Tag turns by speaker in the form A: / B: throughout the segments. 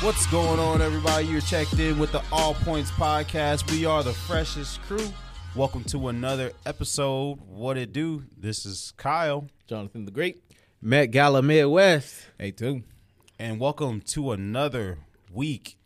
A: What's going on, everybody? You're checked in with the All Points Podcast. We are the freshest crew. Welcome to another episode. What it do? This is Kyle,
B: Jonathan the Great.
C: Met Gala Midwest.
B: Hey, too.
A: and welcome to another week,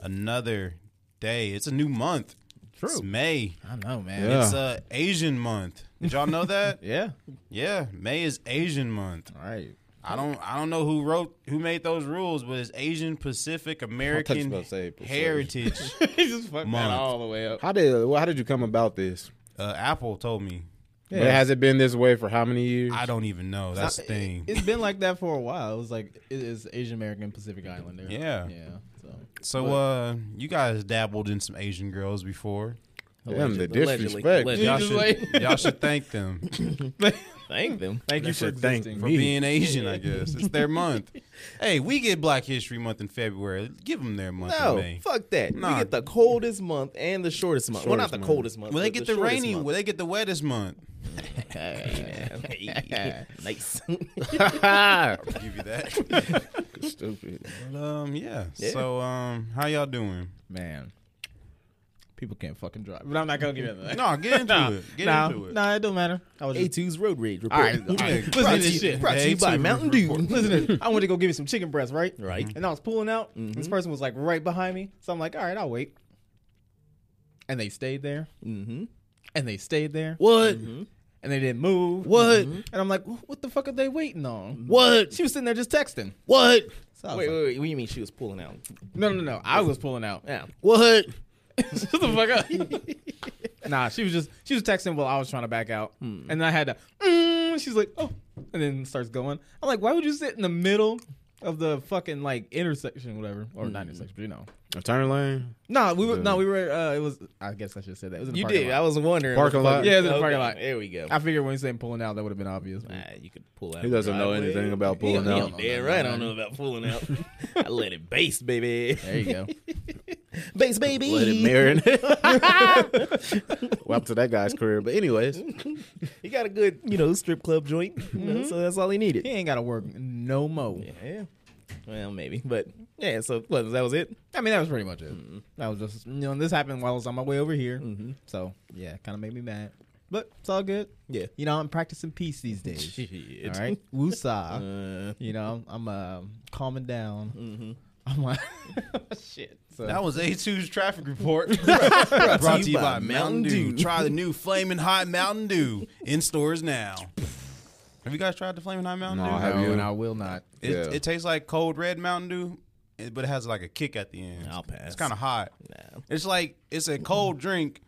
A: another day. It's a new month. It's May.
B: I know, man.
C: Yeah.
A: It's uh, Asian month. Did y'all know that?
B: Yeah.
A: yeah, May is Asian month.
B: All right.
A: I don't I don't know who wrote who made those rules, but it's Asian Pacific American
B: about to say Pacific.
A: Heritage.
B: he just fucked
A: Month.
B: the way up.
C: How did well, how did you come about this?
A: uh, Apple told me.
C: But has it been this way for how many years?
A: I don't even know. That's the thing.
B: It, has been like that for a while. It was like it is Asian American Pacific Islander.
A: Yeah.
B: Yeah. So
A: So uh you guys dabbled in some Asian girls before.
C: Damn, the
D: Allegedly.
C: disrespect.
D: Allegedly.
A: Y'all
B: just
A: should,
B: like-
A: y'all should thank them
D: Thank them.
B: thank you for
C: should thank
B: existing.
A: for
C: Me.
A: being Asian, I guess. It's their month. Hey, we get Black History Month in February. Give them their month in
D: No,
A: May.
D: fuck that.
A: Nah.
D: We get the coldest month and the shortest month. well, not
C: Shortest
D: the
C: month.
D: coldest month.
A: Well, they
D: but
A: get the,
D: shortest
A: rainy.
D: month.
A: Well, they get the wettest month.
D: Hey, nice.
A: I'll give you that.
C: Stupid.
A: But, um, yeah.
D: Yeah.
A: So, um, how y'all doing?
B: Man. People can't fucking drive. But I'm not gonna give it that.
A: No, get into it. Get
B: nah,
A: into it.
B: nah, it don't matter. I was just,
D: A2's Road Rage Report.
B: all right, all
A: Yeah,
B: right. Listen
A: brought
B: to this
A: you-
B: shit.
D: Brought to you
A: Day
D: by
A: two
D: Mountain
A: report.
D: Dew.
B: Listen to this. I went to go give me some chicken breast, right?
D: Right.
B: And I was pulling out. This person was like right behind me. So I'm like, all right, I'll wait. And they stayed there.
D: Mm-hmm.
B: And they stayed there.
C: What?
B: and they didn't move. Mm-hmm.
C: What?
B: And I'm like, "Wh- what the fuck are they waiting on?
C: What?
B: She was sitting there just texting.
C: What?
B: So I was
D: Wait,
B: like,
D: wait, wait. What do you mean she was pulling out?
B: No, no, no. I was pulling out.
D: Yeah.
C: What?
B: Shut the fuck up. nah, she was just she was texting while I was trying to back out,
D: Hmm.
B: and then I had to. Mm, she's like, oh, and then starts going. I'm like, why would you sit in the middle of the fucking like intersection, whatever, or not
D: Hmm.
B: intersection, but you know.
C: A turn lane?
B: Nah, we were no, we were. Uh, it was. I guess I should have said that. It was in the
D: You
B: parking
D: did.
B: lot.
D: I was wondering.
C: Parking
D: what the fuck-
C: lot?
B: Yeah, it was in the parking lot. Ah.
D: There we go.
B: I figured when you said pulling out, that would have been obvious.
D: Ah, you could pull out.
C: He doesn't know
D: driveway.
C: anything about
D: He don't-
C: pulling
D: he
C: out.
D: don't-
B: out.
D: Yeah, right. I don't know about pulling out. I let it base, baby.
B: There you go.
D: Base, baby.
C: Let it marinate. well, up to that guy's career. But anyways,
D: He got a good, you know, strip club joint. you know, so that's all he needed.
B: he ain't got to work no mo.
D: Yeah. Well, maybe, but yeah. So what, that was it.
B: I mean, that was pretty much it.
D: Hmm.
B: That was just, you know, this happened while I was on my way over here.
D: Mhm.
B: So, yeah, kind of made me mad. But it's all good.
D: Yeah.
B: You know, I'm practicing peace these days. all right? Woosah.
D: Uh,
B: you know, I'm um calming down.
D: mhm.
B: I'm like, shit. So,
A: That was A2's traffic report. Brought to you by Mountain Dew. Try the new Flaming Hot Mountain Dew in stores now. Have you guys tried the Flaming Hot Mountain
C: No,
A: Dew?
C: I have
B: no,
C: you-
B: and I will not.
A: It,
C: Yeah.
A: it tastes like cold red Mountain Dew, it- but it has like a kick at the end.
D: I'll pass.
A: It's kind of hot.
D: Nah.
A: It's like it's a cold drink,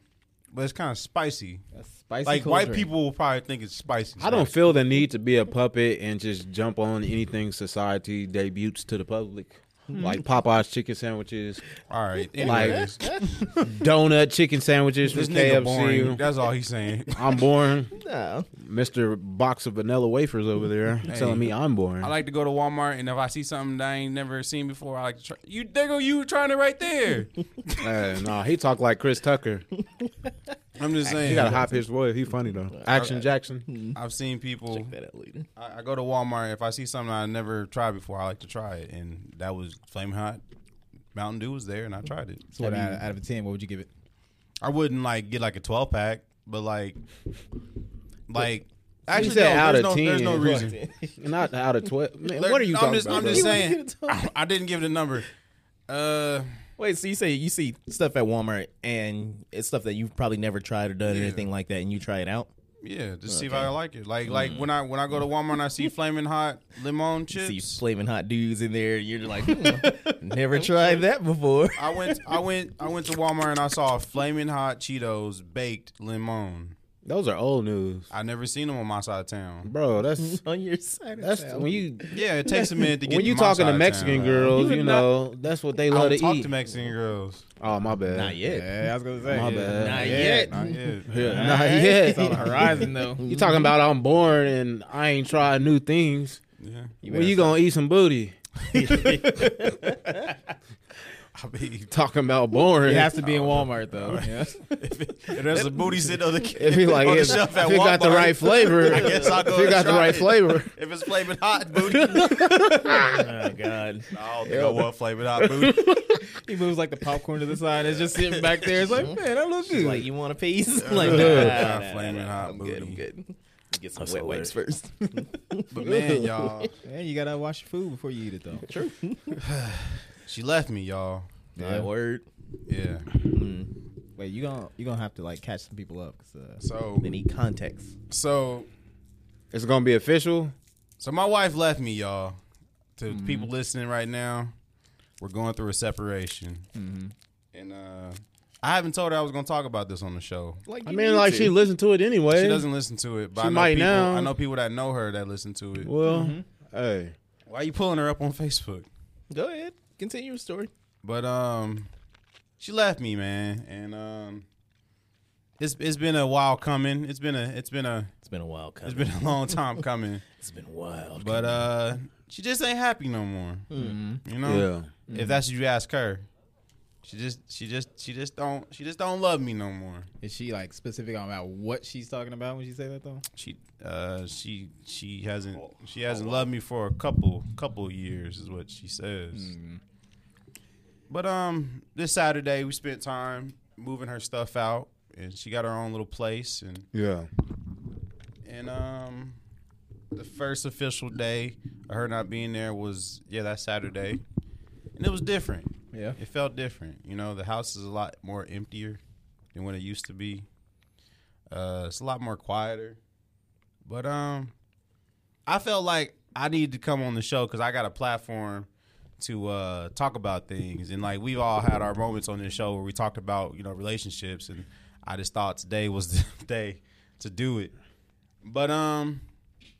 A: but it's kind of spicy.
B: A spicy
A: Like
B: cold
A: white
B: drink.
A: people will probably think it's spicy.
C: I don't feel the need to be a puppet and just jump on anything society debuts to the public.
A: Hmm.
C: Like Popeye's chicken sandwiches,
A: All right.
C: Like-
A: Anyways,
C: donut chicken sandwiches
A: this
C: from
A: nigga
C: KFC.
A: boring. That's all he's saying.
C: I'm born.
D: No.
C: Mr. Box of Vanilla Wafers over there telling me I'm boring.
A: I like to go to Walmart, and if I see something that I ain't never seen before, I like to try. You, there go you trying it right there.
C: Uh, no, he talk like Chris Tucker.
A: I'm just
C: He
A: saying.
C: got a high pitched voice. He funny though. Action Jackson.
A: I've seen people.
D: Check that out later.
A: I, I go to Walmart if I see something I never tried before. I like to try it, and that was Flame Hot Mountain Dew was there, and I tried it.
B: So, what, out, out of a 10, what would you give it?
A: I wouldn't like get like a 12 pack, but like, like
C: You
A: actually,
C: said
A: no,
C: out
A: there's,
C: of
A: no,
C: 10.
A: there's no reason.
C: Not out of twelve. Man,
A: There-
C: what are you
A: I'm
C: talking
A: just,
C: about?
A: I'm
C: bro?
A: just
D: You
A: saying.
D: wouldn't get a 12
A: I didn't give it a number. Uh,
D: Wait, so you say you see stuff at Walmart and it's stuff that you've probably never tried or done or
A: Yeah.
D: anything like that, and you try it out.
A: yeah, just see if I like it. Like,
C: Mm.
A: like when I when I go to Walmart, and I see flaming hot limon
D: You see
A: chips.
D: flaming hot dudes in there, and you're like, hmm, never tried that before.
A: I went, I went, I went to Walmart and I saw flaming hot Cheetos baked limon.
C: Those are old news,
A: I never seen them on my side of town.
C: bro. That's
D: On your side, of
C: that's
D: town.
C: when you
A: Yeah, it takes a minute to get.
C: when you
A: to my
C: talking
A: side
C: to
A: of
C: Mexican
A: town.
C: girls.
B: You
C: You,
B: would not-
C: know that's what they
A: I
C: love
A: don't
C: to
A: talk
C: eat.
A: to Mexican girls.
C: oh my bad.
D: not yet.
B: Yeah, I was going to say.
C: My
B: yeah.
C: bad.
D: Not
B: Yeah,
D: yet.
B: not
A: Yeah.
C: Yeah,
B: All
C: not
B: right.
C: yet.
B: It's on the horizon, though.
C: You talking about I'm born and I ain't tried new things.
A: yeah.
C: when you gonna eat some booty?
A: I mean,
C: Talking about boring.
B: It has to be in Walmart though. Yeah.
A: if there's a booty sitting on the
C: If he like,
A: on the
C: if,
A: shelf at
C: if he got the
A: Walmart,
C: right flavor,
A: I guess I'll go
C: if he
A: and
C: got the
A: try
C: right
A: it.
C: flavor,
A: If it's flavored hot booty, I don't
D: Oh God.
A: think I want flavored hot booty.
B: He moves like the popcorn to the side. It's just sitting back there. It's Mm-hmm. like, man, that looks
D: She's
B: good.
D: like, you want a piece? like, nah,
A: Yeah.
D: nah, nah,
A: Flaming
D: nah,
A: hot
D: I'm good. I'm
A: booty.
D: good. Get some
A: That's
D: wet wipes first.
A: But man, y'all,
B: man, you gotta wash your food before you eat it though. True.
A: she left me, y'all.
D: Yeah, word.
A: Yeah.
B: Wait, you gonna you gonna have to like catch some people up. 'cause, uh,
A: So
D: They need context.
A: so
C: it's gonna be official.
A: so my wife left me, y'all. To the people listening right now, we're going through a separation, and uh, I haven't told her I was going to talk about this on the show.
D: Like,
C: I mean, like she listened to it anyway.
A: She doesn't listen to it, but
C: She
A: I know
C: might
A: people,
C: now.
A: I know people that know her that listen to it.
C: Well,
A: Mm-hmm.
C: hey,
A: Why you pulling her up on Facebook?
D: Go ahead. Continue your story.
A: But um, she left me, man, and um, it's it's been a while coming. It's been a it's been a
D: It's been a while,
A: it's
D: coming.
A: been a long time coming.
D: It's been wild.
A: But uh, she just ain't happy no more. You know,
C: yeah.
A: if that's what you ask her, she just she just she just don't she just don't love me no more.
B: Is she like specific on about what she's talking about when she say that though?
A: She uh she she hasn't she hasn't loved me for a couple couple years is what she says. But um, this Saturday we spent time moving her stuff out, and she got her own little place, and
C: Yeah.
A: and um, the first official day of her not being there was yeah that Saturday, and it was different.
B: Yeah.
A: It felt different. You know, the house is a lot more emptier than what it used to be. Uh, it's a lot more quieter. But um, I felt like I needed to come on the show because I got a platform to uh, talk about things, and like we've all had our moments on this show where we talked about you know relationships, and I just thought today was the day to do it. But um,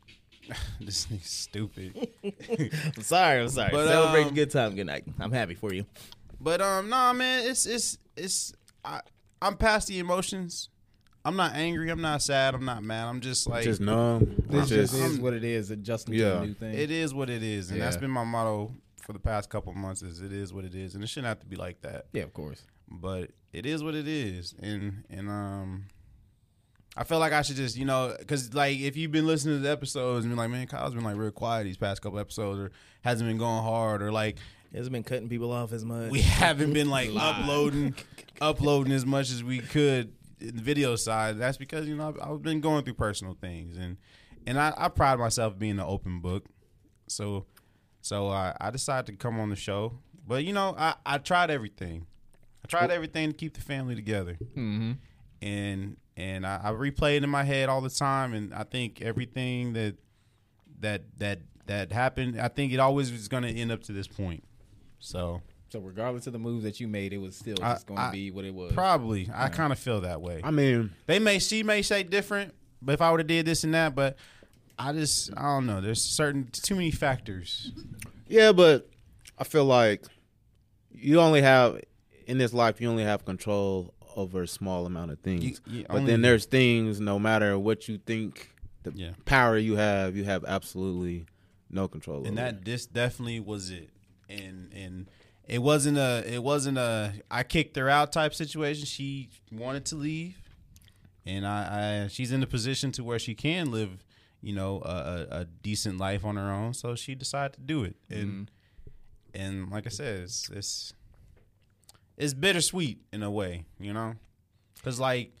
A: this thing's stupid.
D: I'm sorry. I'm sorry.
A: But,
D: Celebrate
A: um,
D: a good time. Good night. I'm happy for you.
A: But um, nah, man, it's it's it's I I'm past the emotions. I'm not angry. I'm not sad. I'm not mad. I'm just like
C: Just numb.
B: This just,
C: just
B: is what it is. Adjusting to
C: Yeah.
B: a new thing.
A: it is what it is, and that's
B: Yeah.
A: been my motto for the past couple months. Is it is what it is, and it shouldn't have to be like that.
B: Yeah, of course.
A: But it is what it is, and and um. I feel like I should just, you know, because like if you've been listening to the episodes and been like, man, Kyle's been like real quiet these past couple episodes, or hasn't been going hard, or like
D: It's been cutting people off as much.
A: we haven't been like uploading uploading as much as we could in the video side that's because you know I've, I've been going through personal things and and I, I pride myself being an open book so so I, I decided to come on the show but you know I, I tried everything I tried everything to keep the family together
B: Mm-hmm.
A: and and I, I replay it in my head all the time and I think everything that that that that happened I think it always is going to end up to this point so
B: So regardless of the moves that you made, it was still
A: I-
B: just going
A: I-
B: to be what it was.
A: Probably. I kind of feel that way.
C: I mean,
A: They may she may say different, but if I would have did this and that, but I just I don't know. There's certain too many factors.
C: yeah, but I feel like you only have in this life you only have control over a small amount of things.
A: You- you
C: but
A: only-
C: then there's things no matter what you think the
A: Yeah.
C: power you have, you have absolutely no control
A: And
C: over.
A: that this definitely was it. And and it wasn't a it wasn't a I kicked her out type situation. She wanted to leave. And I, I she's in a position to where she can live, you know, a, a, a decent life on her own. So she decided to do it. And and like I said, it's it's, it's bittersweet in a way, you know, because like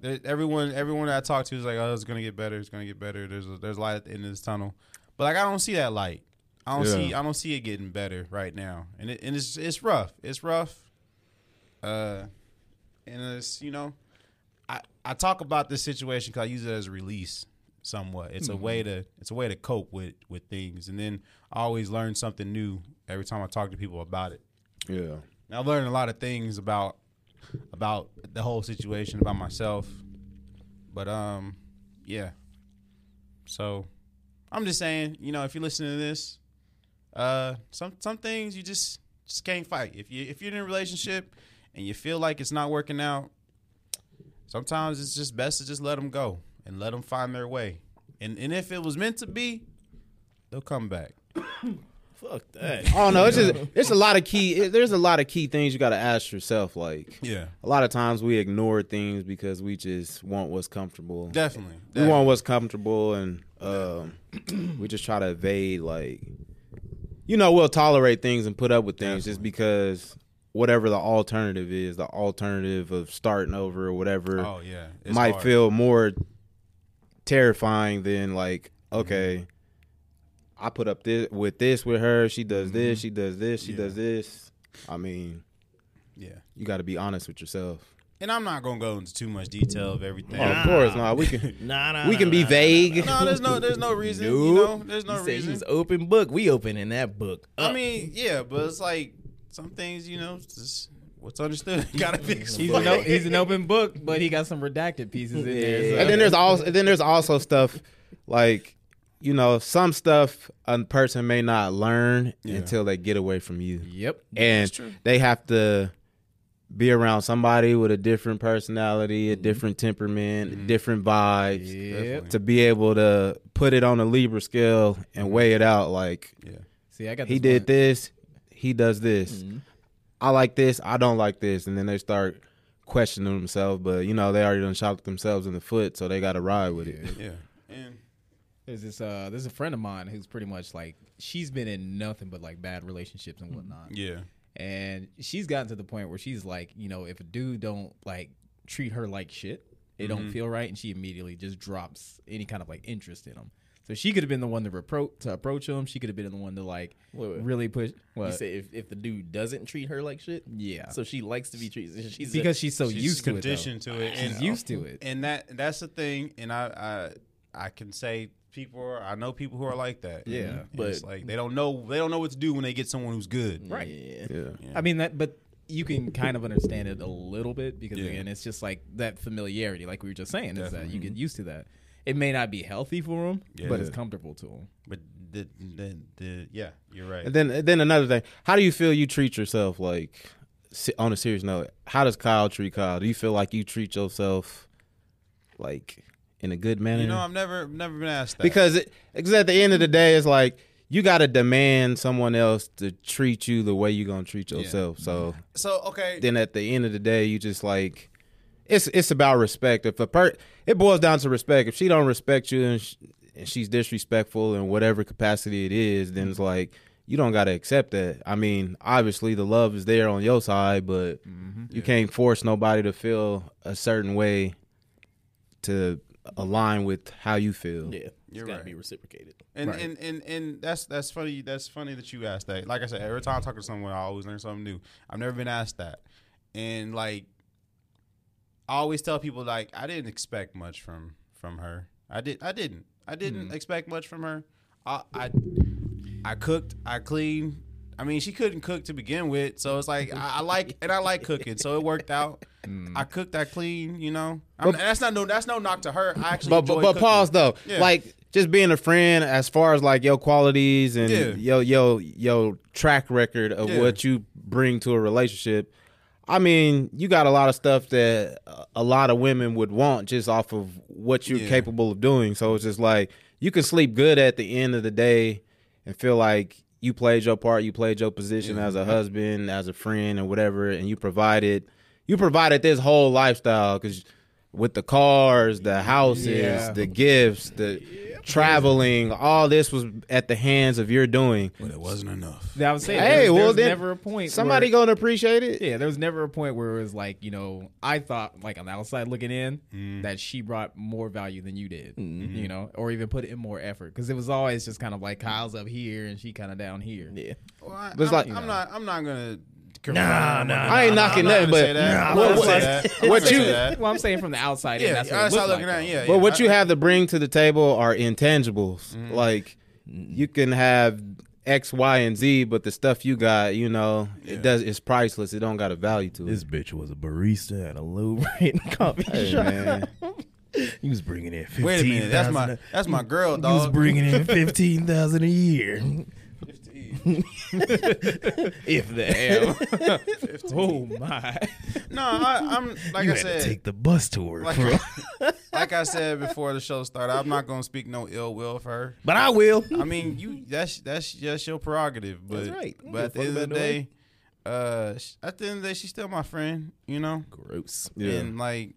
A: there- everyone everyone that I talk to is like, oh, it's gonna get better, it's gonna get better. There's a, there's light at the end of this tunnel, but like I don't see that light. I don't
C: Yeah.
A: see I don't see it getting better right now, and it, and it's it's rough. It's rough. Uh, and it's you know, I I talk about this situation because I use it as a release somewhat. It's
C: Mm-hmm.
A: a way to it's a way to cope with with things, and then I always learn something new every time I talk to people about it.
C: yeah.
A: And I've learned a lot of things about about the whole situation, about myself. But um, yeah. So I'm just saying, you know, if you're listening to this, uh, some some things you just just can't fight. If you if you're in a relationship and you feel like it's not working out, sometimes it's just best to just let them go and let them find their way. And and if it was meant to be, they'll come back.
D: Fuck that.
C: I don't know. It's just there's a lot of key. There's a lot of key things you got to ask yourself. Like
A: Yeah,
C: a lot of times we ignore things because we just want what's comfortable.
A: definitely.
C: we
A: definitely.
C: want what's comfortable and um, we just try to evade like you know we'll tolerate things and put up with things just because whatever the alternative is the alternative of starting over or whatever
A: Oh yeah, It's
C: might
A: hard.
C: feel more terrifying than like
A: Mm-hmm.
C: okay i put up this with this with her she does this she does this she
A: Mm-hmm. Yeah.
C: does this i mean
A: Yeah,
C: you got to be honest with yourself
A: and I'm not gonna go into too much detail of everything.
C: of course not we can
D: Nah, nah.
C: we
D: nah,
C: can be
D: nah,
C: vague
A: No, there's no, there's no reason. You
D: Nope.
A: know, there's
D: nah.
A: no
D: He said
A: reason.
D: he was open book. We open in that book.
A: I
D: up.
A: mean, yeah, but it's like some things, you know, it's just what's understood gotta be
B: He's
A: explained.
B: an, o- he's an open book, but he got some redacted pieces in there. So.
C: And then there's also and then there's also stuff like you know some stuff a person may not learn until they get away from you,
D: yep.
C: and they have to be around somebody with a different personality, a different temperament, different vibes
B: Yep.
C: to be able to put it on a Libra scale and weigh it out. Like
A: yeah,
B: See, I got
C: he
B: this
C: did
B: one.
C: this, he does this. I like this, I don't like this, and then they start questioning themselves. But you know they already done shot themselves in the foot, so they got to ride with it.
A: yeah, and
B: There's this uh, there's a friend of mine who's pretty much like she's been in nothing but like bad relationships and whatnot,
A: yeah,
B: and she's gotten to the point where she's like, you know, if a dude don't like treat her like shit, it
D: Mm-hmm.
B: don't feel right, and she immediately just drops any kind of like interest in him. So she could have been the one to repro- to approach him. She could have been the one to like
D: Wait, wait.
B: really push.
D: You
B: What?
D: said if, if the dude doesn't treat her like shit,
B: yeah,
D: so she likes to be treated. She's a-
B: because she's so
A: she's
B: Oh, used to it. though.
A: conditioned to it. and- uh,
B: She's used to it.
A: and that that's the thing and i i i can say people are, i know people who are like that
B: Yeah,
A: And it's
D: but-
A: like they don't know they don't know what to do when they get someone who's good
B: Right.
D: Yeah.
C: Yeah.
B: I mean that, but you can kind of understand it a little bit because
A: Yeah.
B: again, it's just like that familiarity, like we were just saying, is that
A: Definitely.
B: you
D: Mm-hmm.
B: get used to that. It may not be healthy for them, but it's
C: Yeah.
B: comfortable to them.
A: but the, the, the yeah you're right
C: And then, and then another thing. How do you feel you treat yourself? Like se- on a serious note, how does Kyle treat Kyle? Do you feel like you treat yourself like in a good manner?
A: you know i've never never been asked that
C: because it, because at the end of the day, it's like you got to demand someone else to treat you the way you're gonna treat yourself. So
A: so okay
C: then at the end of the day, you just like it's it's about respect. If a per it boils down to respect. If she don't respect you and, sh and she's disrespectful in whatever capacity it is, then it's like you don't got to accept that. I mean, obviously the love is there on your side, but you can't force nobody to feel a certain way to align with how you feel.
D: Yeah.
A: You're
D: it's got to
A: right.
D: be reciprocated.
A: and,
B: Right.
A: and and and that's that's funny that's funny that you asked that like i said every time i talk to someone i always learn something new i've never been asked that and like i always tell people like i didn't expect much from from her i did i didn't i
C: Hmm.
A: didn't expect much from her i i i cooked i cleaned i mean she couldn't cook to begin with so it's like i, I like and i like cooking so it worked out
C: Hmm.
A: i cooked i cleaned you know I'm, that's not no that's no knock to her i actually
C: But but,
A: enjoy
C: but
A: cooking.
C: pause though.
A: Yeah.
C: Like just being a friend as far as like your qualities and
A: Yeah.
C: yo yo yo track record of
A: Yeah.
C: what you bring to a relationship. I mean, you got a lot of stuff that uh, a lot of women would want just off of what you're
A: Yeah.
C: capable of doing. So it's just like you can sleep good at the end of the day and feel like you played your part, you played your position as a husband, as a friend, and whatever, and you provided you provided this whole lifestyle because with the cars, the houses,
B: Yeah.
C: the gifts, the traveling, all this was at the hands of your doing.
A: but it wasn't enough
B: I was saying,
C: Hey,
B: there was,
C: well,
B: there was
C: then
B: never a point.
C: Somebody
B: where,
C: gonna appreciate it.
B: yeah, there was never a point where it was like you know, I thought like on the outside looking in
A: Mm.
B: that she brought more value than you did,
C: Mm-hmm.
B: you know, or even put in more effort because it was always just kind of like Kyle's up here and she kind of down here.
D: Yeah.
A: Well, I,
C: But it's
A: I'm,
C: like-
A: I'm not. I'm not gonna.
D: Nah, nah,
C: I ain't knocking nothing, but
A: what,
C: what,
A: what,
C: what,
A: what you?
C: you-
A: That.
B: Well, I'm saying from the outside,
A: Yeah,
B: in,
A: that's
B: that's
A: how
B: what
A: I
B: it looked
A: looking
B: like,
A: at.
B: though.
A: Yeah,
C: but
A: yeah,
C: what
A: I- Mm-hmm.
C: you have to bring to the table are intangibles. Like you can have X, Y, and Z, but the stuff you got, you know, it does. It's priceless. It don't got a value to it.
D: This bitch was a barista at a low rent coffee
C: Hey,
D: shop.
C: man.
D: He was bringing in fifteen.
A: Wait a minute. That's my. That's my girl,
D: He was
A: dog.
D: bringing in fifteen thousand a year, if that.
B: Oh my!
A: no, I, I'm like
D: you
A: I
D: had
A: said.
D: to take the bus tour.
A: like,
D: bro.
A: like like I said before the show started, I'm not gonna speak no ill will for her.
D: But I will.
A: I mean, you that's that's just your prerogative. But
D: That's right. I
A: but at the
D: don't
A: end
D: give a
A: of the
D: fuck about no
A: day, uh, sh- at the end of the day, she's still my friend. You know,
D: Gross.
C: Yeah.
A: and like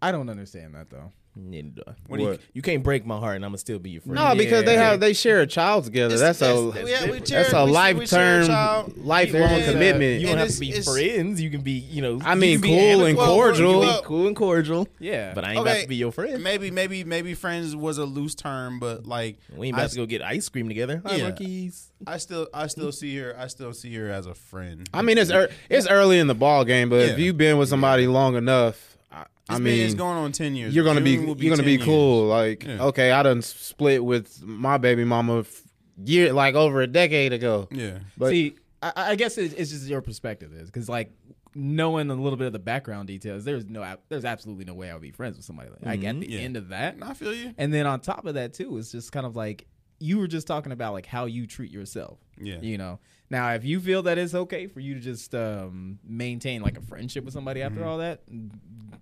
B: I don't understand that though.
D: Neither do I.
A: What do you-
D: You, you can't break my heart, and I'm gonna still be your friend.
C: No, because they
B: Yeah.
C: have they share a child together. That's, a
A: yeah, we share-
C: that's a
A: we share-
C: life
A: we share a
C: term,
A: child.
C: lifelong
A: Yeah.
C: commitment.
A: And
D: You don't have
A: it's-
D: to be
A: it's-
D: friends. You can be, you know.
C: I
D: you
C: mean,
D: can be
C: cool and
D: amicable,
A: well,
C: cordial.
D: you can
A: well-
D: be cool and cordial.
B: Yeah,
D: But I ain't
A: Okay.
D: about to be your friend.
A: Maybe maybe maybe friends was a loose term, but like
D: We ain't about
A: I-
D: to go get ice cream together. Hi,
A: Yeah.
D: monkeys.
A: I still I still see her I still see her as a friend.
C: I mean, it's ear it's early in the ball game, but if
A: Yeah.
C: you've been with somebody long enough, I, I
A: This
C: mean,
A: man is going on ten years.
C: you're gonna be,
A: June will
C: you're gonna be
A: 10
C: cool. Like,
A: Yeah.
C: okay, I done split with my baby mama f- year like over a decade ago.
A: years. Yeah.
C: But
B: See, I, I guess it, it's just your perspective is because like knowing a little bit of the background details, there's no, there's absolutely no way I would be friends with somebody like, like
C: Mm-hmm.
B: at the
A: Yeah.
B: end of that.
A: I feel you.
B: And then on top of that too, it's just kind of like you were just talking about like how you treat yourself.
A: Yeah.
B: You know. Now, if you feel that it's okay for you to just um, maintain like a friendship with somebody after all that,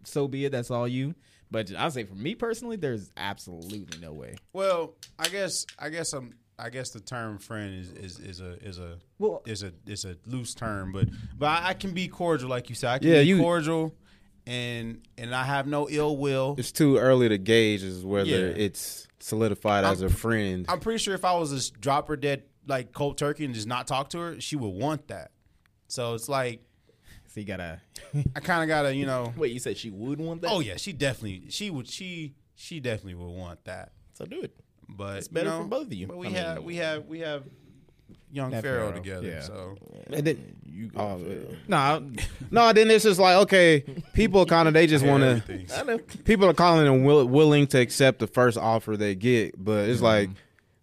B: so be it. That's all you. But I say for me personally, there's absolutely no way.
A: Well, I guess I guess I'm I guess the term friend is is, is a is a
B: Well-
A: is a is a loose term, but but I, I can be cordial, like you said. I can
C: Yeah,
A: be
C: you-
A: cordial, and and I have no ill will.
C: it's too early to gauge is whether
A: Yeah.
C: it's solidified as a friend.
A: I'm pretty sure if I was to just drop her dead like cold turkey and just not talk to her, she would want that. So it's like
B: So you gotta.
A: I kind of gotta you know.
D: Wait, you said she would want that?
A: Oh yeah, she definitely she would she she definitely would want that.
D: So do it.
A: But
D: It's better
A: you know,
D: for both of you.
A: But we
D: I mean-
A: have we have we have young
B: That
A: Pharaoh
B: Pharaoh,
A: together.
B: yeah.
A: So
C: And then-
D: You
C: oh,
B: No, I-
C: no, then it's just like okay, people kind of they just want to.
A: everything.
D: I know.
C: people are calling and will, willing to accept the first offer they get, but it's like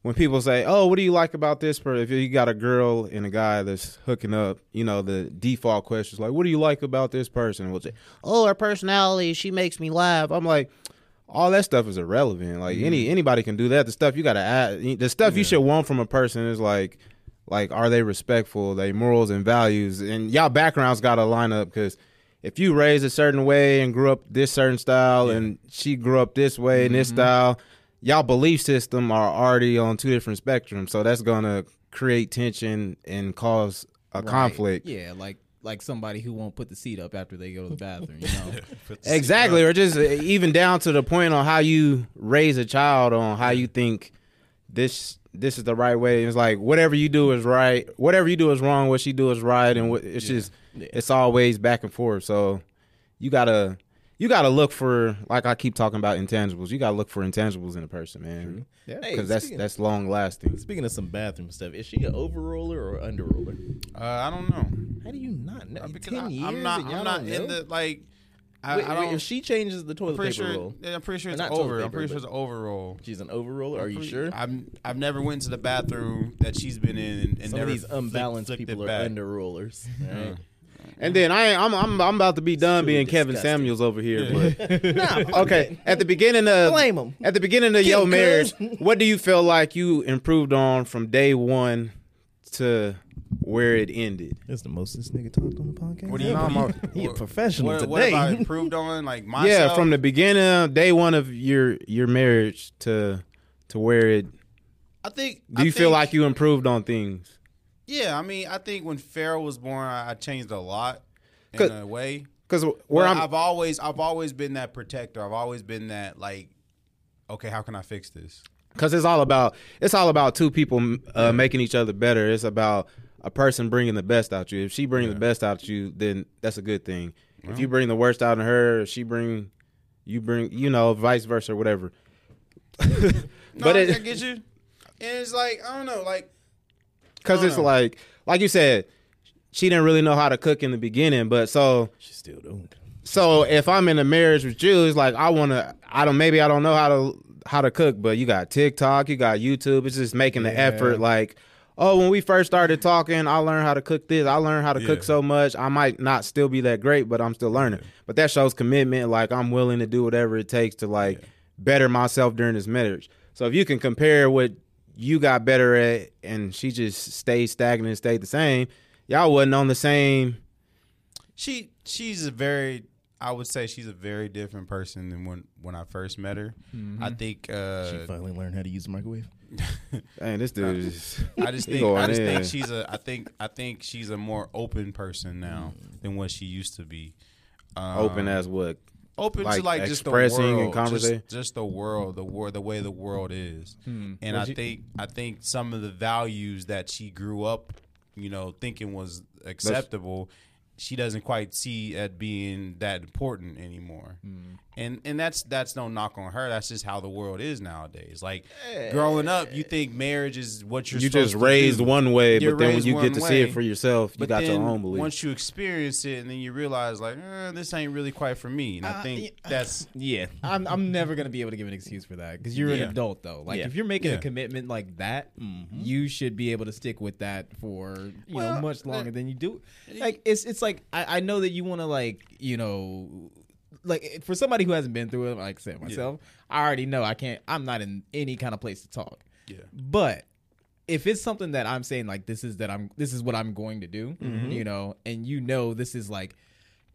C: when people say, "Oh, what do you like about this?" person? If you got a girl and a guy that's hooking up, you know the default question is like, "What do you like about this person?" We'll say, "Oh, her personality. She makes me laugh." I'm like. All that stuff is irrelevant. Like any anybody can do that. The stuff you gotta add, the stuff you should want from a person is like, like are they respectful? They morals and values, and y'all backgrounds gotta line up because if you raised a certain way and grew up this certain style and she grew up this way and this style y'all belief system are already on two different spectrums so that's gonna create tension and cause a conflict
B: Yeah, like like somebody who won't put the seat up after they go to the bathroom. You know.
C: exactly or just uh, even down to the point on how you raise a child on how you think this this is the right way it's like whatever you do is right whatever you do is wrong what she do is right and what, it's just it's always back and forth so you gotta you gotta look for like I keep talking about intangibles. You gotta look for intangibles in a person, man.
B: Yeah.
C: because that's
D: speaking,
C: that's long lasting.
D: speaking of some bathroom stuff, is she an overroller or underroller?
A: Uh, I don't know.
D: How do you not know?
A: Uh, Because
D: Ten
A: I,
D: years
A: I'm not.
D: and y'all
A: I'm not
D: don't
A: in
D: know?
A: the like. I,
D: Wait,
A: I
D: wait,
A: don't.
D: if she changes the toilet
A: I'm pretty
D: paper
A: sure.
D: roll,
A: yeah, I'm pretty sure it's
D: Not toilet
A: over. I'm
D: paper,
A: pretty sure
D: but-
A: it's an overall.
D: she's an overroller. Are you sure?
A: I'm. I've never went to the bathroom that she's been in and, and
D: Some
A: never
D: of these
A: flick-
D: unbalanced
A: flicked it
D: people are
A: back.
D: underrollers. all right?
C: And then I I'm I'm, I'm about to be done
D: Too
C: being Kevin
D: disgusting.
C: Samuels over here. But
D: nah,
C: okay, at the beginning of
D: Blame 'em.
C: At the beginning of
D: Get
C: your
D: 'em,
C: marriage,
D: cuz.
C: what do you feel like you improved on from day one to where it ended?
D: that's the most this nigga talked on the podcast.
A: What do you?
C: Yeah,
A: what do
C: I'm
A: you-
C: a-
D: he a
A: what-
D: professional
A: what,
D: today.
A: What have I improved on? Like myself.
C: Yeah, from the beginning, of day one of your your marriage to to where it.
A: I think.
C: Do you feel like you improved on things?
A: Yeah, I mean, I think when Pharaoh was born, I, I changed a lot in
C: 'Cause-
A: a way.
C: Because where
A: But
C: I'm,
A: I've always, I've always been that protector. I've always been that like, okay, how can I fix this?
C: because it's all about it's all about two people uh, making each other better. It's about a person bringing the best out you. If she brings the best out you, then that's a good thing. If you bring the worst out of her, if she bring you bring you know vice versa or whatever.
A: No,
C: but
A: I, I
C: it
A: get you. And it's like I don't know, like
C: because
A: no,
C: it's
A: no.
C: like like you said, she didn't really know how to cook in the beginning. But so
D: She still don't.
C: so if I'm in a marriage with you, it's like I want to. I don't. Maybe I don't know how to how to cook, but you got TikTok, you got YouTube. It's just making the effort. Like, oh, when we first started talking, I learned how to cook this. I learned how to
A: Yeah.
C: cook so much. I might not still be that great, but I'm still learning. But that shows commitment. Like I'm willing to do whatever it takes to like better myself during this marriage. So if you can compare what you got better at, and she just stayed stagnant, and stayed the same, y'all wasn't on the same.
A: she she's a very I would say she's a very different person than when when I first met her. I think
D: She
A: uh,
D: finally learned how to use the microwave.
C: Dang, this dude is.
A: I just
C: he
A: think
C: going
A: I just
C: in.
A: think she's a I think I think she's a more open person now
C: Mm.
A: than what she used to be. Um,
C: open as what?
A: open
C: like,
A: to like just the world,
C: expressing and conversation?
A: Just, just the world, the world, the way the world is. And I think I think some of the values that she grew up, you know, thinking was acceptable, she doesn't quite see at being that important anymore. And and that's that's no knock on her. That's just how the world is nowadays. Like growing up, you think marriage is what you're
C: You
A: supposed
C: just
A: to
C: raised
A: do.
C: one way,
A: You're
C: but then when
A: raised
C: you
A: one
C: get to see
A: way,
C: it for yourself, you
A: But
C: got your
A: then
C: own belief.
A: Once you experience it, and then you realize, like, eh, this ain't really quite for me. And I
B: Uh,
A: think
B: yeah.
A: that's
D: Yeah.
B: I'm I'm never gonna be able to give an excuse for that because you're
A: Yeah.
B: an adult though. Like
D: Yeah.
B: if you're making
A: Yeah. Mm-hmm.
B: a commitment like that, you should be able to stick with that for you know
A: Well,
B: much longer
A: uh,
B: than you do. Like it's it's like I, I know that you want to like you know like eh, for somebody who hasn't been through it, like I said myself, I already know I can't. I'm not in any kind of place to talk.
A: yeah.
B: But if it's something that I'm saying like this is that I'm this is what I'm going to do,
A: Mm-hmm.
B: you know, and you know this is like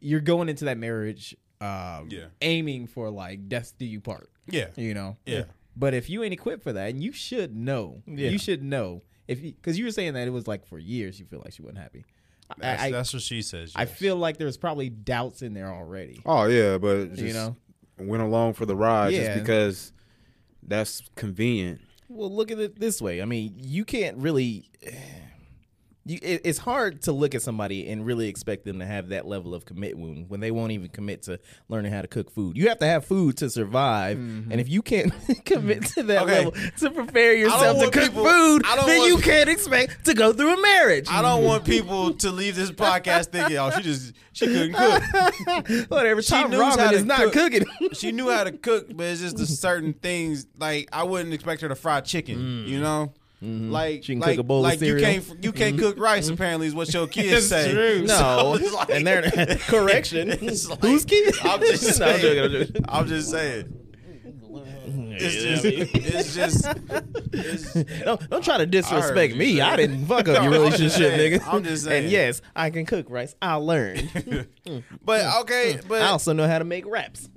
B: you're going into that marriage um
A: Yeah.
B: aiming for like death do you part,
A: Yeah.
B: you know.
A: Yeah.
B: But if you ain't equipped for that and you should know. You should know. If you cuz you were saying that it was like for years you feel like she wasn't happy. I-
A: That's,
B: I,
A: that's what she says.
B: I
A: yes.
B: feel like there's probably doubts in there already.
C: oh yeah, but just
B: you know.
C: went along for the ride
B: Yeah.
C: just because that's convenient.
D: Well, look at it this way. I mean, you can't really. You, it, it's hard to look at somebody and really expect them to have that level of commitment when they won't even commit to learning how to cook food. You have to have food to survive, and if you can't commit to that
A: Mm-hmm. Okay.
D: level to prepare yourself to
A: want
D: cook
A: people-
D: food,
A: I don't
D: then
A: want-
D: you can't expect to go through a marriage.
A: I don't want people to leave this podcast thinking, "Oh, she just she couldn't cook."
D: Whatever, she Tom
A: knows
D: Robin
A: how to
D: is not
A: cook.
D: cooking.
A: She knew how to cook, but it's just the certain things. Like I wouldn't expect her to fry chicken. You know. Like,
D: Mm. Mm-hmm. She can cook
A: like,
D: a bowl of
A: like you
D: cereal. Mm-hmm.
A: can't, you can't cook rice. Apparently, is what your kids
B: That's
A: say.
B: true.
D: no,
A: it's like-
D: and they're correction.
A: It's like-
D: Who's kidding?
A: I'm just
D: No, I'm
A: saying.
D: joking, I'm joking.
A: I'm just saying. It's just, it's just, it's
D: don't, don't try to
A: I heard
D: disrespect
A: you
D: me.
A: say
D: I
A: it.
D: didn't fuck
A: No,
D: up your
A: I'm just
D: relationship,
A: saying.
D: nigga.
A: I'm just saying.
D: And yes, I can cook rice. I learned.
A: but okay, but
D: I also know how to make wraps.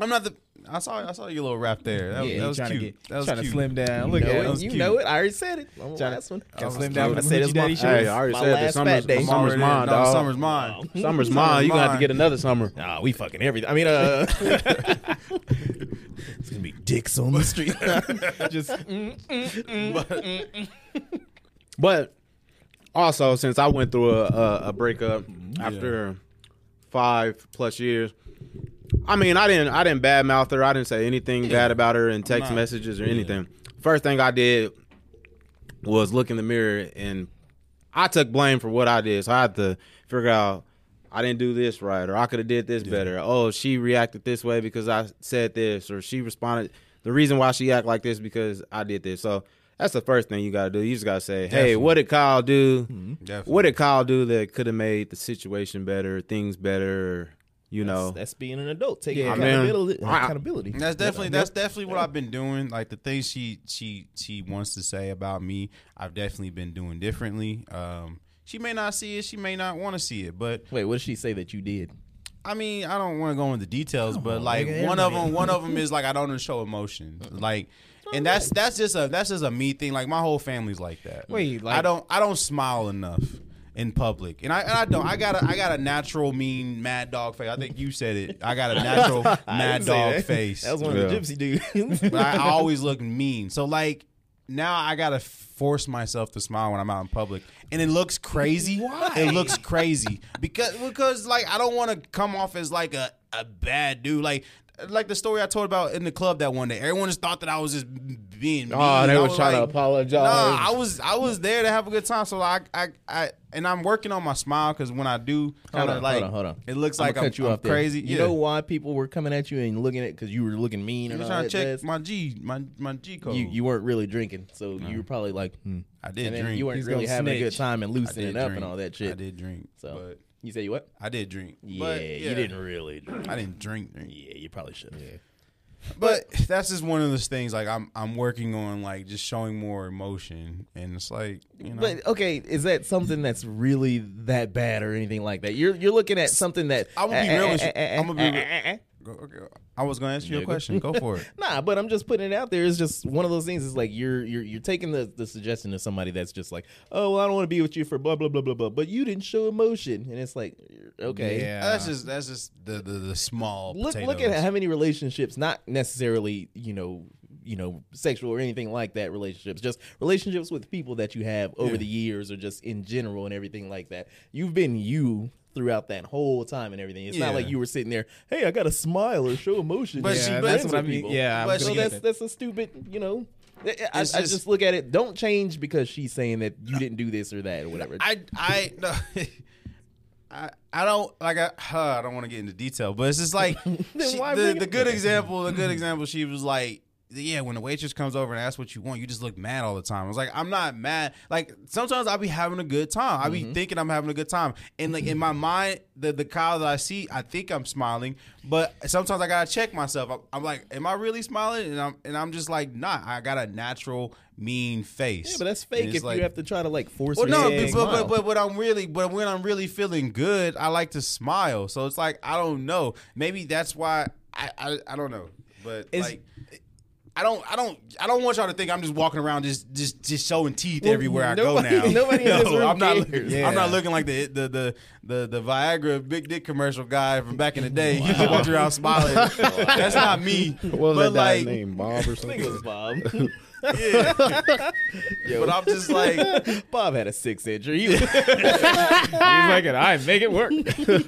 A: I'm not the. I saw, I saw your little rap there. That,
B: Yeah,
A: that
B: you
A: was
B: trying
A: cute.
B: to get
A: that was
B: trying
A: cute.
B: to slim down. Look
D: You
B: at
A: that
D: know it.
A: was
D: You
A: cute.
D: know it. I already said it. I'm
B: Tryna-
D: last one.
A: That was
B: slim
A: cute.
B: down
A: I
B: for
D: said
B: the
D: it's
B: daddy shoes.
D: my-
C: Hey, I already
D: my
C: said
D: last
C: this. Summer's,
D: fat day.
A: Summer
C: summer's
A: it is.
C: mine,
A: No,
C: dog.
A: summer's mine.
C: Summer's mine. You gonna have to
A: mine.
C: get another summer.
D: Nah, we fucking everything. I mean, uh, it's gonna be dicks on the street.
B: Just mm,
C: But also, since I went through a, a, a breakup after five plus years, I mean, I didn't I didn't badmouth her. I didn't say anything bad about her in text
A: not-
C: messages or anything. First thing I did was look in the mirror and I took blame for what I did. So I had to figure out I didn't do this right or I could have did this better. Oh, she reacted this way because I said this or she responded the reason why she act like this because I did this. So that's the first thing you gotta do. You just gotta say, Hey, what did Kyle do?
A: Definitely.
C: What did Kyle do that could have made the situation better, things better, or, you know?
D: That's being an adult. Taking
B: Yeah.
C: I mean,
D: accountability.
C: I-
D: accountability.
A: That's definitely
D: Yeah.
A: that's definitely what I've been doing. Like the things she she she wants to say about me, I've definitely been doing differently. Um, she may not see it, she may not want to see it, but
D: Wait, what did she say that you did?
A: I mean, I don't want to go into details, but
D: on,
A: like
D: nigga,
A: one of
D: everybody-
A: them, one of them is like I don't show emotion, like, and that's that's just a that's just a me thing. Like my whole family's like that.
B: Wait, like-
A: I don't I don't smile enough in public, and I and I don't I got a I got a natural mean mad dog face. I think you said it. I got a natural
D: I
A: mad
D: didn't say
A: dog
D: that.
A: face.
D: That was one of the
C: Yeah.
D: gypsy dudes.
A: but I, I always look mean. So like now I gotta force myself to smile when I'm out in public, and it looks crazy. Why? It looks crazy because because like I don't want to come off as like a a bad dude like. Like the story I told about in the club that one day, everyone just thought that I was just being. Mean.
C: Oh, they
A: I
C: were
A: was
C: trying to
A: like,
C: apologize.
A: Nah, I was I was there to have a good time. So like I I, I and I'm working on my smile because when I do, kind
D: Hold
A: of
D: on,
A: like
D: hold on, hold on.
A: it looks
D: I'ma
A: like I'm,
D: cut you
A: I'm
D: off there.
A: crazy.
D: You
A: yeah.
D: know why people were coming at you and looking at because you were looking mean
A: I'm
D: and all
A: trying to
D: that
A: check
D: jazz?
A: my G my my G code.
D: You you weren't really drinking, so you were probably like, hmm.
A: I did
D: and then
A: drink.
D: you weren't
B: He's
D: really
B: gonna
D: having a good
B: snitch.
D: time and
A: I did
D: loosening up
A: drink.
D: and all that shit.
A: I did drink.
D: So
A: but
D: you say you what?
A: I did drink.
D: Yeah,
A: but,
D: you didn't really. Drink.
A: I didn't drink. drink.
D: Yeah, you probably should. have.
A: but that's just one of those things. Like I'm, I'm working on like just showing more emotion, and it's like you know.
D: But okay, is that something that's really that bad or anything like that? You're you're looking at something that eh,
A: I would be real with you. I'm gonna be real.
D: be
A: Go- okay, I was gonna ask you a question. Go for it.
D: Nah, but I'm just putting it out there. It's just one of those things. It's like you're you're you're taking the, the suggestion to somebody that's just like, oh, well, I don't want to be with you for blah blah blah blah blah. But you didn't show emotion, and it's like, okay,
A: That's just that's just the the, the small.
D: look
A: potatoes.
D: look at how many relationships, not necessarily you know you know sexual or anything like that. Relationships, just relationships with people that you have over the years, or just in general and everything like that. You've been you throughout that whole time and everything. It's not
A: Yeah.
D: like you were sitting there, hey, I got to smile or show emotion.
A: But
D: to
A: she-
D: be
A: but-
B: Yeah,
D: friends
B: that's what
D: with
B: I mean.
D: people."
B: Yeah, I'm
A: But
B: gonna
D: So
A: she-
B: get
D: that's
B: it.
D: that's a stupid, you know. I, I,
A: It's
D: I
A: just-
D: just look at it. Don't change because she's saying that you didn't do this or that or whatever.
A: I I no, I I don't like I huh, I don't want to get into detail, but it's just like she-
D: why
A: the,
D: bring it
A: the
D: up?
A: good example. The good example. She was like. Yeah, when the waitress comes over and asks what you want, you just look mad all the time. I was like, I'm not mad. Like sometimes I'll be having a good time. I'll
D: Mm-hmm.
A: be thinking I'm having a good time, and like in my mind, the the Kyle that I see, I think I'm smiling, but sometimes I gotta check myself. I'm, I'm like, am I really smiling? And I'm and I'm just like, not. I got a natural mean face.
D: yeah, but that's
A: And
D: fake
A: it's
D: if
A: like-
D: you have to try to like force.
A: well, no,
D: yourself to
A: but, but,
D: smile.
A: but but when I'm really but when I'm really feeling good, I like to smile. So it's like I don't know. Maybe that's why I I, I don't know. But like I don't I don't I don't want y'all to think I'm just walking around just just just showing teeth everywhere
D: nobody-
A: I go now.
D: nobody in this room
A: I'm not
D: cares.
A: I'm not looking like the the the the, the Viagra big dick commercial guy from back in the day. He just walked around smiling. That's not me.
E: What was
A: but
E: that guy's
A: like
E: name? Bob or
D: I think it
E: something?
D: was Bob.
A: yeah. But I'm just like
D: Bob had a six incher. He was-
B: He's like, it. I make it work.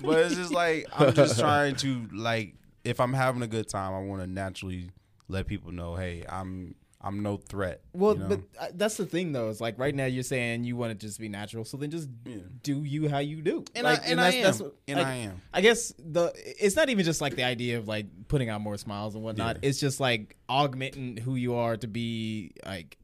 A: but it's just like I'm just trying to like if I'm having a good time, I want to naturally let people know, hey, I'm I'm no threat.
B: Well,
A: you know?
B: but uh, that's the thing though. Is like right now you're saying you want to just be natural, so then just do you how you do.
A: And
B: like,
A: I- and I
B: that's, that's
A: am.
B: what-
A: And
B: like,
A: I am.
B: I guess the it's not even just like the idea of like putting out more smiles and whatnot. It's just like augmenting who you are to be like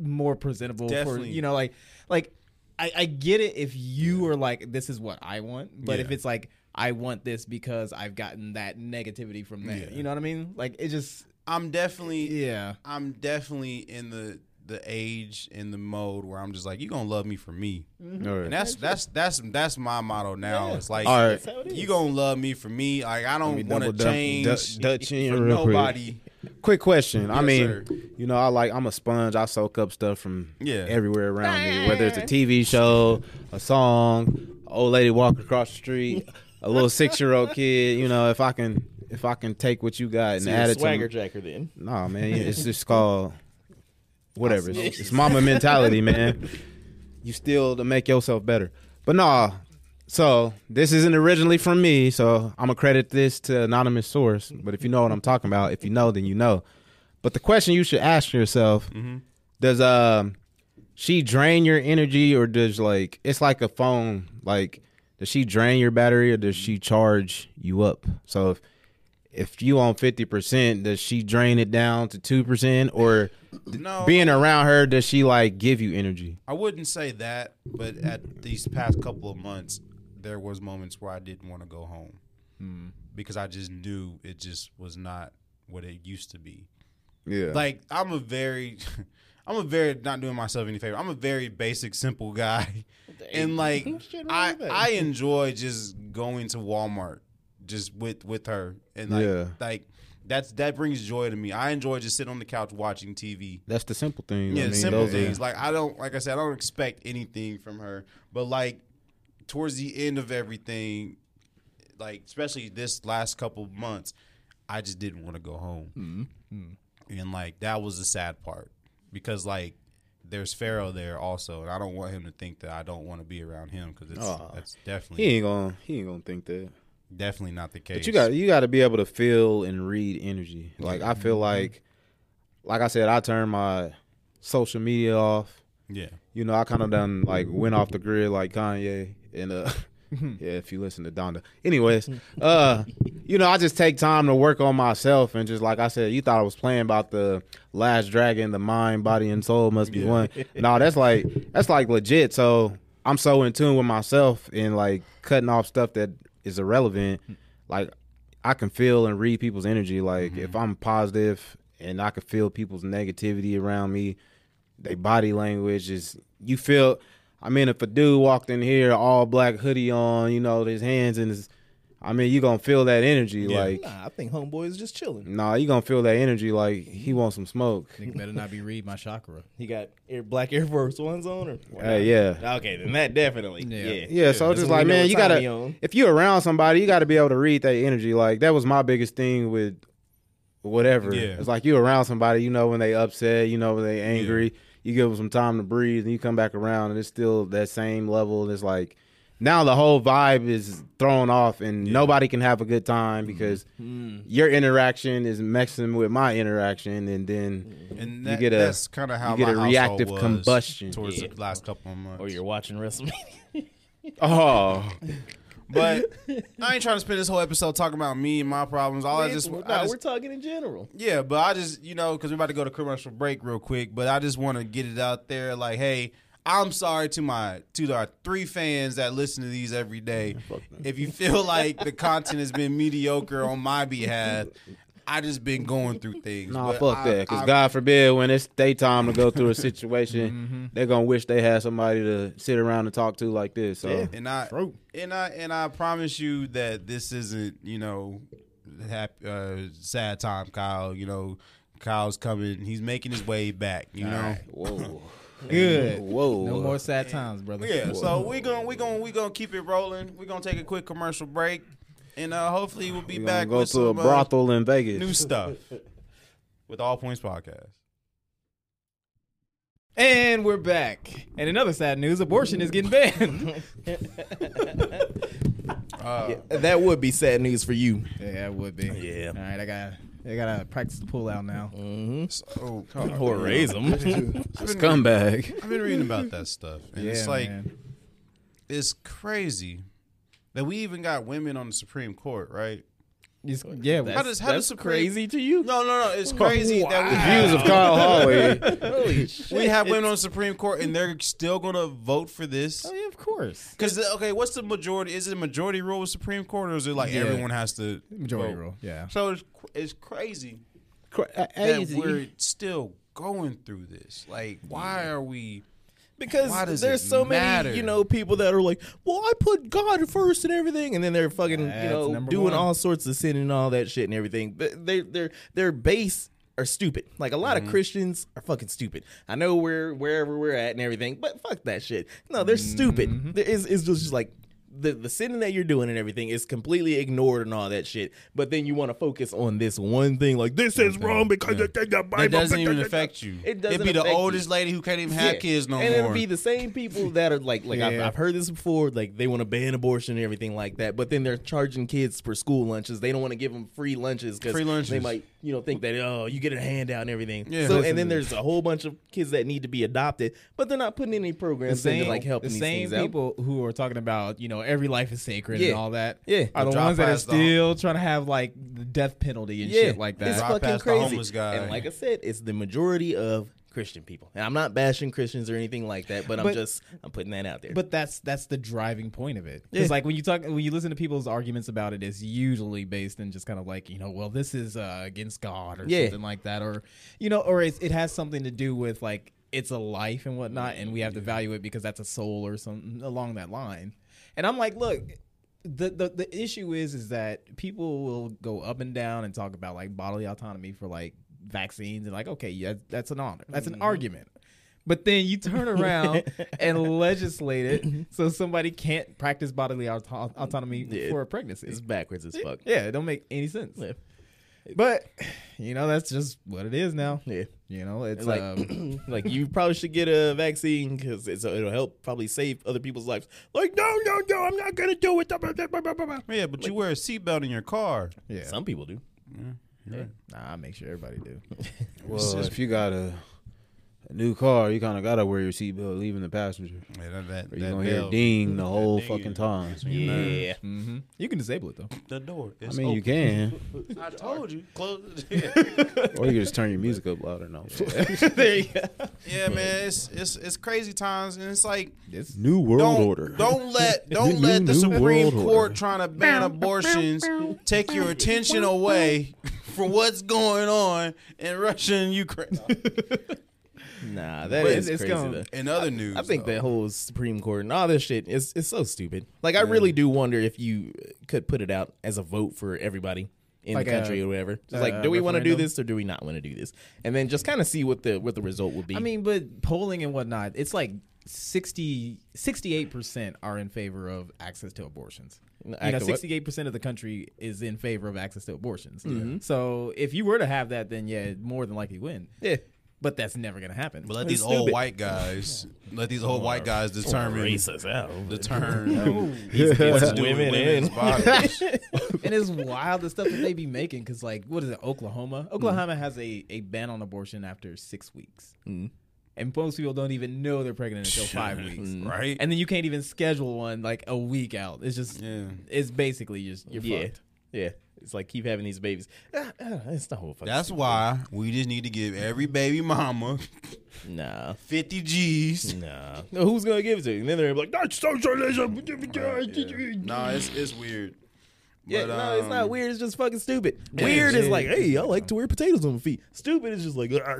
B: more presentable for
A: Definitely.
B: you know like like I, I get it if you are like this is what I want, but if
A: Yeah.
B: it's like I want this because I've gotten that negativity from that,
A: Yeah.
B: you know what I mean? Like it just
A: I'm definitely
B: yeah.
A: I'm definitely in the the age in the mode where I'm just like, you gonna love me for me,
E: All right.
A: and that's Mm-hmm. that's that's that's my motto now. It's like.
E: All right.
D: that's how it is.
A: You gonna love me for me? Like I
C: me
A: don't want
C: double
A: to
C: du-
A: change
C: du- Dutch in
A: for
C: real quick.
A: nobody.
C: Quick question. I
A: Yes,
C: mean,
A: sir.
C: you know, I like I'm a sponge. I soak up stuff from
A: Yeah.
C: everywhere around me, whether it's a TV show, a song, a old lady walking across the street, a little six year old kid. You know, if I can, if I can take what you got and
D: You're
C: add
D: a
C: it
D: swagger
C: to,
D: jacker then.
C: nah, man, it's just called whatever. It's, it's mama mentality, man. You still to make yourself better, but nah. So this isn't originally from me, so I'm gonna credit this to anonymous source. But if you know what I'm talking about, if you know, then you know. But the question you should ask yourself: Does um she drain your energy, or does like it's like a phone? Like does she drain your battery, or does she charge you up? So if if you on fifty percent, does she drain it down to two percent, or
A: No,
C: being around her, does she like give you energy?
A: I wouldn't say that, but at these past couple of months, there was moments where I didn't want to go home because I just knew it just was not what it used to be.
E: Yeah.
A: Like I'm a very, I'm a very not doing myself any favor. I'm a very basic, simple guy, and like
D: shit wrong
A: I
D: with that?
A: I enjoy just going to Walmart just with with her and like
C: Yeah.
A: like that's that brings joy to me. I enjoy just sitting on the couch watching TV.
C: That's the simple thing.
A: Yeah,
C: I mean,
A: simple
C: those are-
A: things. Like I don't, like I said, I don't expect anything from her. But like towards the end of everything, like especially this last couple of months, I just didn't want to go home,
D: Mm-hmm.
A: and like that was the sad part because like there's Pharaoh there also, and I don't want him to think that I don't want to be around him because it's that's
C: He
A: definitely
C: ain't gonna he ain't gonna think that.
A: definitely not the case.
C: But you got you got to be able to feel and read energy. Like I feel like, like I said, I turned my social media off.
A: yeah,
C: You know, I kind of done like went off the grid like Kanye and uh. Yeah, if you listen to Donda. Anyways, uh, you know, I just take time to work on myself and just like I said, you thought I was playing about the last dragon, the mind, body, and soul must be one. No, that's like that's like legit. So I'm so in tune with myself and like cutting off stuff that is irrelevant. Like I can feel and read people's energy. Like if I'm positive and I can feel people's negativity around me, they body language is you feel. I mean, if a dude walked in here all black hoodie on, you know, his hands and his, I mean, you gonna feel that energy. Like,
D: Nah, I think homeboy is just chilling.
C: nah, you gonna feel that energy. Like he wants some smoke.
E: Nigga better not be read my chakra.
D: He got Air, black Air Force Ones on, or
C: Hey, yeah.
D: Okay, then that definitely.
E: Yeah.
D: Yeah.
C: Yeah, so
D: That's
C: it's
D: when
C: just like,
D: we know
C: man,
D: what
C: you
D: time
C: gotta
D: we on.
C: if you're around somebody, you gotta be able to read that energy. Like that was my biggest thing with whatever.
A: Yeah.
C: It's like you around somebody, you know when they upset, you know when they angry, you give them some time to breathe, and you come back around, and it's still that same level. And it's like now the whole vibe is thrown off, and nobody can have a good
D: Mm-hmm.
C: time because your interaction is mixing with my interaction, and then
A: And that,
C: get a-
A: that's kind of how
C: you get
A: my
C: a
A: household
C: reactive
A: was
C: combustion.
A: towards
D: Yeah.
A: the last couple of months.
D: Or you're watching WrestleMania.
C: oh,
A: but I ain't trying to spend this whole episode talking about me and my problems. All I just,
D: nah,
A: I just
D: we're talking in general.
A: Yeah, but I just you know because we're about to go to commercial break real quick, but I just want to get it out there like, hey, I'm sorry to my to our three fans that listen to these every day. If you feel like the content has been mediocre on my behalf, I just been going through things.
C: Nah,
A: But
C: fuck
A: I-
C: that. Because
A: I-
C: God forbid when it's day time to go through a situation,
A: Mm-hmm.
C: they're gonna wish they had somebody to sit around and talk to like this. So
A: and I and I and I promise you that this isn't you know happy, uh, sad time, Kyle. You know, Kyle's coming. He's making his way back. You know.
C: whoa,
B: Good.
C: whoa,
B: No more sad times, brother.
A: Yeah, so we gonna we gonna we gonna keep it rolling. We gonna take a quick commercial break, and uh, hopefully we'll be
C: we
A: back
C: back go
A: with
C: to a
A: some uh,
C: brothel in Vegas.
A: new stuff with All Points Podcast.
B: And we're back. And in other sad news, abortion is getting banned.
A: Uh,
D: That would be sad news for you.
B: yeah, it would be.
D: Yeah.
B: All right, I got I gotta practice the pull out now.
A: So, oh,
D: Or raise them.
C: Scumbag.
A: I've been reading about that stuff, and
B: Yeah,
A: it's like
B: man.
A: it's crazy that we even got women on the Supreme Court, right?
B: It's-
A: How
B: yeah,
A: does how does
D: That's
A: Supreme-
D: crazy to you.
A: No, no, no. It's crazy that we
C: Views of Kyle Hallway.
A: we have women on the Supreme Court, and they're still gonna vote for this.
D: Oh,
B: yeah, of course.
A: Because okay, what's the majority? Is it a majority rule with Supreme Court, or is it like
B: Yeah.
A: everyone has to
B: Majority
A: vote?
B: rule. Yeah.
A: So it's it's crazy that
C: Crazy.
A: we're still going through this. Like, why are we? Why
D: Because
A: does
D: there's
A: it
D: so
A: matter?
D: many, you know, people that are like, "Well, I put God first and everything," and then they're fucking, you
B: That's
D: know,
B: number
D: doing
B: one.
D: all sorts of sin and all that shit and everything. But their their their base are stupid. Like a lot
A: Mm-hmm.
D: of Christians are fucking stupid. I know we're wherever we're at and everything, but fuck that shit. No, they're
A: Mm-hmm.
D: stupid. There is it's just like. The, the sin that you're doing and everything is completely ignored and all that shit. But then you want to focus on this one thing, like this is wrong because you think the Bible
A: It doesn't even affect you.
D: It doesn't
A: It'd be the
D: affect you.
A: oldest lady who can't even have
D: Yeah.
A: kids no
D: and
A: more.
D: it'll be the same people that are like, like I've,
B: Yeah.
D: I've heard this before. Like they want to ban abortion and everything like that, but then they're charging kids for school lunches. They don't want to give them free lunches because
A: Free lunches.
D: they might, you know, think that oh, you get a handout and everything.
A: Yeah.
D: so and then there's a whole bunch of kids that need to be adopted, but they're not putting any
B: The
D: programs in
B: same,
D: to like helping
B: the
D: these
B: same
D: things out.
B: people who are talking about, you know, every life is sacred
D: Yeah.
B: and all that
D: Yeah.
B: are the
A: Drop
B: ones that are
A: past the-
B: still trying to have like the death penalty and shit like that.
D: It's
A: Drive
D: fucking
A: past the
D: crazy.
A: homeless guy.
D: And like I said, it's the majority of Christian people. And I'm not bashing Christians or anything like that, but, I'm
B: But-
D: just I'm putting that out there.
B: But that's that's the driving point of it. Because
D: Yeah.
B: like when you talk, when you listen to people's arguments about it, it's usually based in just kind of like you know, well, this is uh, against God or
D: Yeah.
B: something like that, or you know, or it's, it has something to do with like it's a life and whatnot, and we have to value it because that's a soul or something along that line. And I'm like, look. The, the the issue is is that people will go up and down and talk about like bodily autonomy for like vaccines and like okay yeah that's an honor that's an argument but then you turn around and legislate it so somebody can't practice bodily auto- autonomy
D: Yeah.
B: for a pregnancy.
D: it's backwards as fuck.
B: yeah, it don't make any sense.
D: Yeah.
B: But you know that's just what it is now.
D: Yeah.
B: You know it's
D: like,
B: like um,
D: like you probably should get a vaccine because it'll help probably save other people's lives. Like, no, no, no, I'm not gonna do it. Blah, blah, blah, blah, blah, blah.
A: yeah, but you wear a seatbelt in your car.
B: yeah.
D: Some people do.
B: nah, I make sure everybody do.
C: Well, if you got a a new car, you kind of gotta wear your seatbelt, leaving the passenger.
A: Yeah, that, that,
C: Or you
A: that
C: gonna hear
A: bell-
C: ding the whole
A: ding
C: fucking
A: is-
C: time.
D: Yeah.
F: Mm-hmm. You can disable it though.
A: The door.
C: I
A: It's
C: mean, you can,
A: open. I told you. Close. Yeah,
C: or you can just turn your music up louder. No,
D: there you go.
A: yeah man. It's it's it's crazy times, and it's like
C: New World
A: don't
C: Order.
A: don't let
C: New-
A: don't let the
C: new
A: Supreme
C: world order.
A: Court trying to ban abortions take your attention away from what's going on in Russia and Ukraine.
D: Nah, that
F: But it's-
D: is
F: it's
D: crazy.
F: gone.
D: though.
A: In other news,
D: I think
A: though.
D: that whole Supreme Court and all this shit is it's so stupid. Like I really do wonder if you could put it out as a vote for everybody in
F: Like
D: the
F: a-
D: country or whatever. Just
F: a
D: like, do we want to do
F: referendum?
D: this or do we not want to do this? And then just kind of see what the what the result would be.
B: I mean, but polling and whatnot, it's like 60, 68% are in favor of access to abortions. You
D: Act
B: know,
D: of what?
B: 68% of the country is in favor of access to abortions.
D: Mm-hmm.
B: So if you were to have that, then yeah, it'd more than likely win.
D: yeah.
B: But that's never going to happen.
A: But let these old white guys, let these old white guys determine
D: Racist out.
A: the term
D: It's
A: what's doing
D: women
A: with women's
D: in.
A: bodies.
B: and it's wild the stuff that they be making because like what is it oklahoma
D: Mm-hmm.
B: oklahoma has a, a ban on abortion after six weeks
D: Mm-hmm.
B: and most people don't even know they're pregnant until five weeks
D: Mm-hmm.
A: right?
B: and then you can't even schedule one like a week out it's just
A: Yeah.
B: it's basically just you're
D: Yeah.
B: fucked
D: Yeah. It's like keep having these babies. Ah, ah, It's the whole fucking
A: That's why we just need to give every baby mama
D: Nah.
A: fifty G's.
D: Nah. No, who's gonna give it to you? And then they're like, that's socialism.
A: Nah, it's it's weird.
D: Yeah,
A: But,
D: no, it's
A: um,
D: not weird. It's just fucking stupid. Weird is like, hey, I like to wear potatoes on my feet. Stupid is just like, "Ah,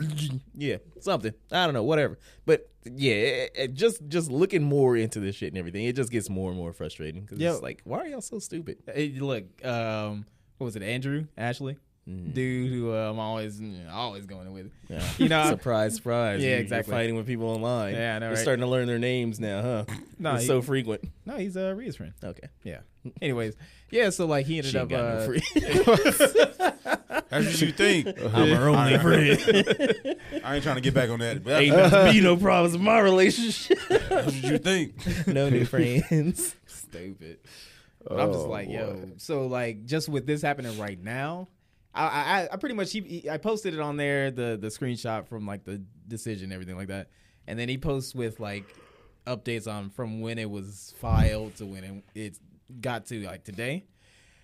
D: yeah, something. I don't know, whatever. But yeah, it- it- just just looking more into this shit and everything, it just gets more and more frustrating. Because
B: Yeah.
D: it's like, why are y'all so stupid?
B: Hey, look um what was it andrew ashley
D: Mm-hmm.
B: dude who uh, i'm always you know, always going with you know
D: surprise, surprise.
B: Yeah,
D: You- you're
B: exactly.
D: fighting with people online.
B: Yeah, I know,
D: You're
B: right?
D: starting to learn their names now, huh?
B: Nah,
D: it's
B: he-
D: so frequent.
B: no he's uh Rhea's friend
D: Okay.
B: yeah anyways yeah so like he ended
D: She
B: up
D: ain't got
B: uh,
D: no free.
A: That's what you think.
B: I'm her only
A: friend. I ain't trying to get back on that. But
D: ain't
A: that's,
D: about to be no problems in my relationship.
A: that's what you think.
D: no new friends.
B: stupid. But I'm just
C: Oh,
B: like, yo.
C: boy.
B: So like, just with this happening right now, I I, I- I pretty much he, he- I posted it on there the the screenshot from like the decision everything like that, and then he posts with like updates on from when it was filed to when it, it got to like today.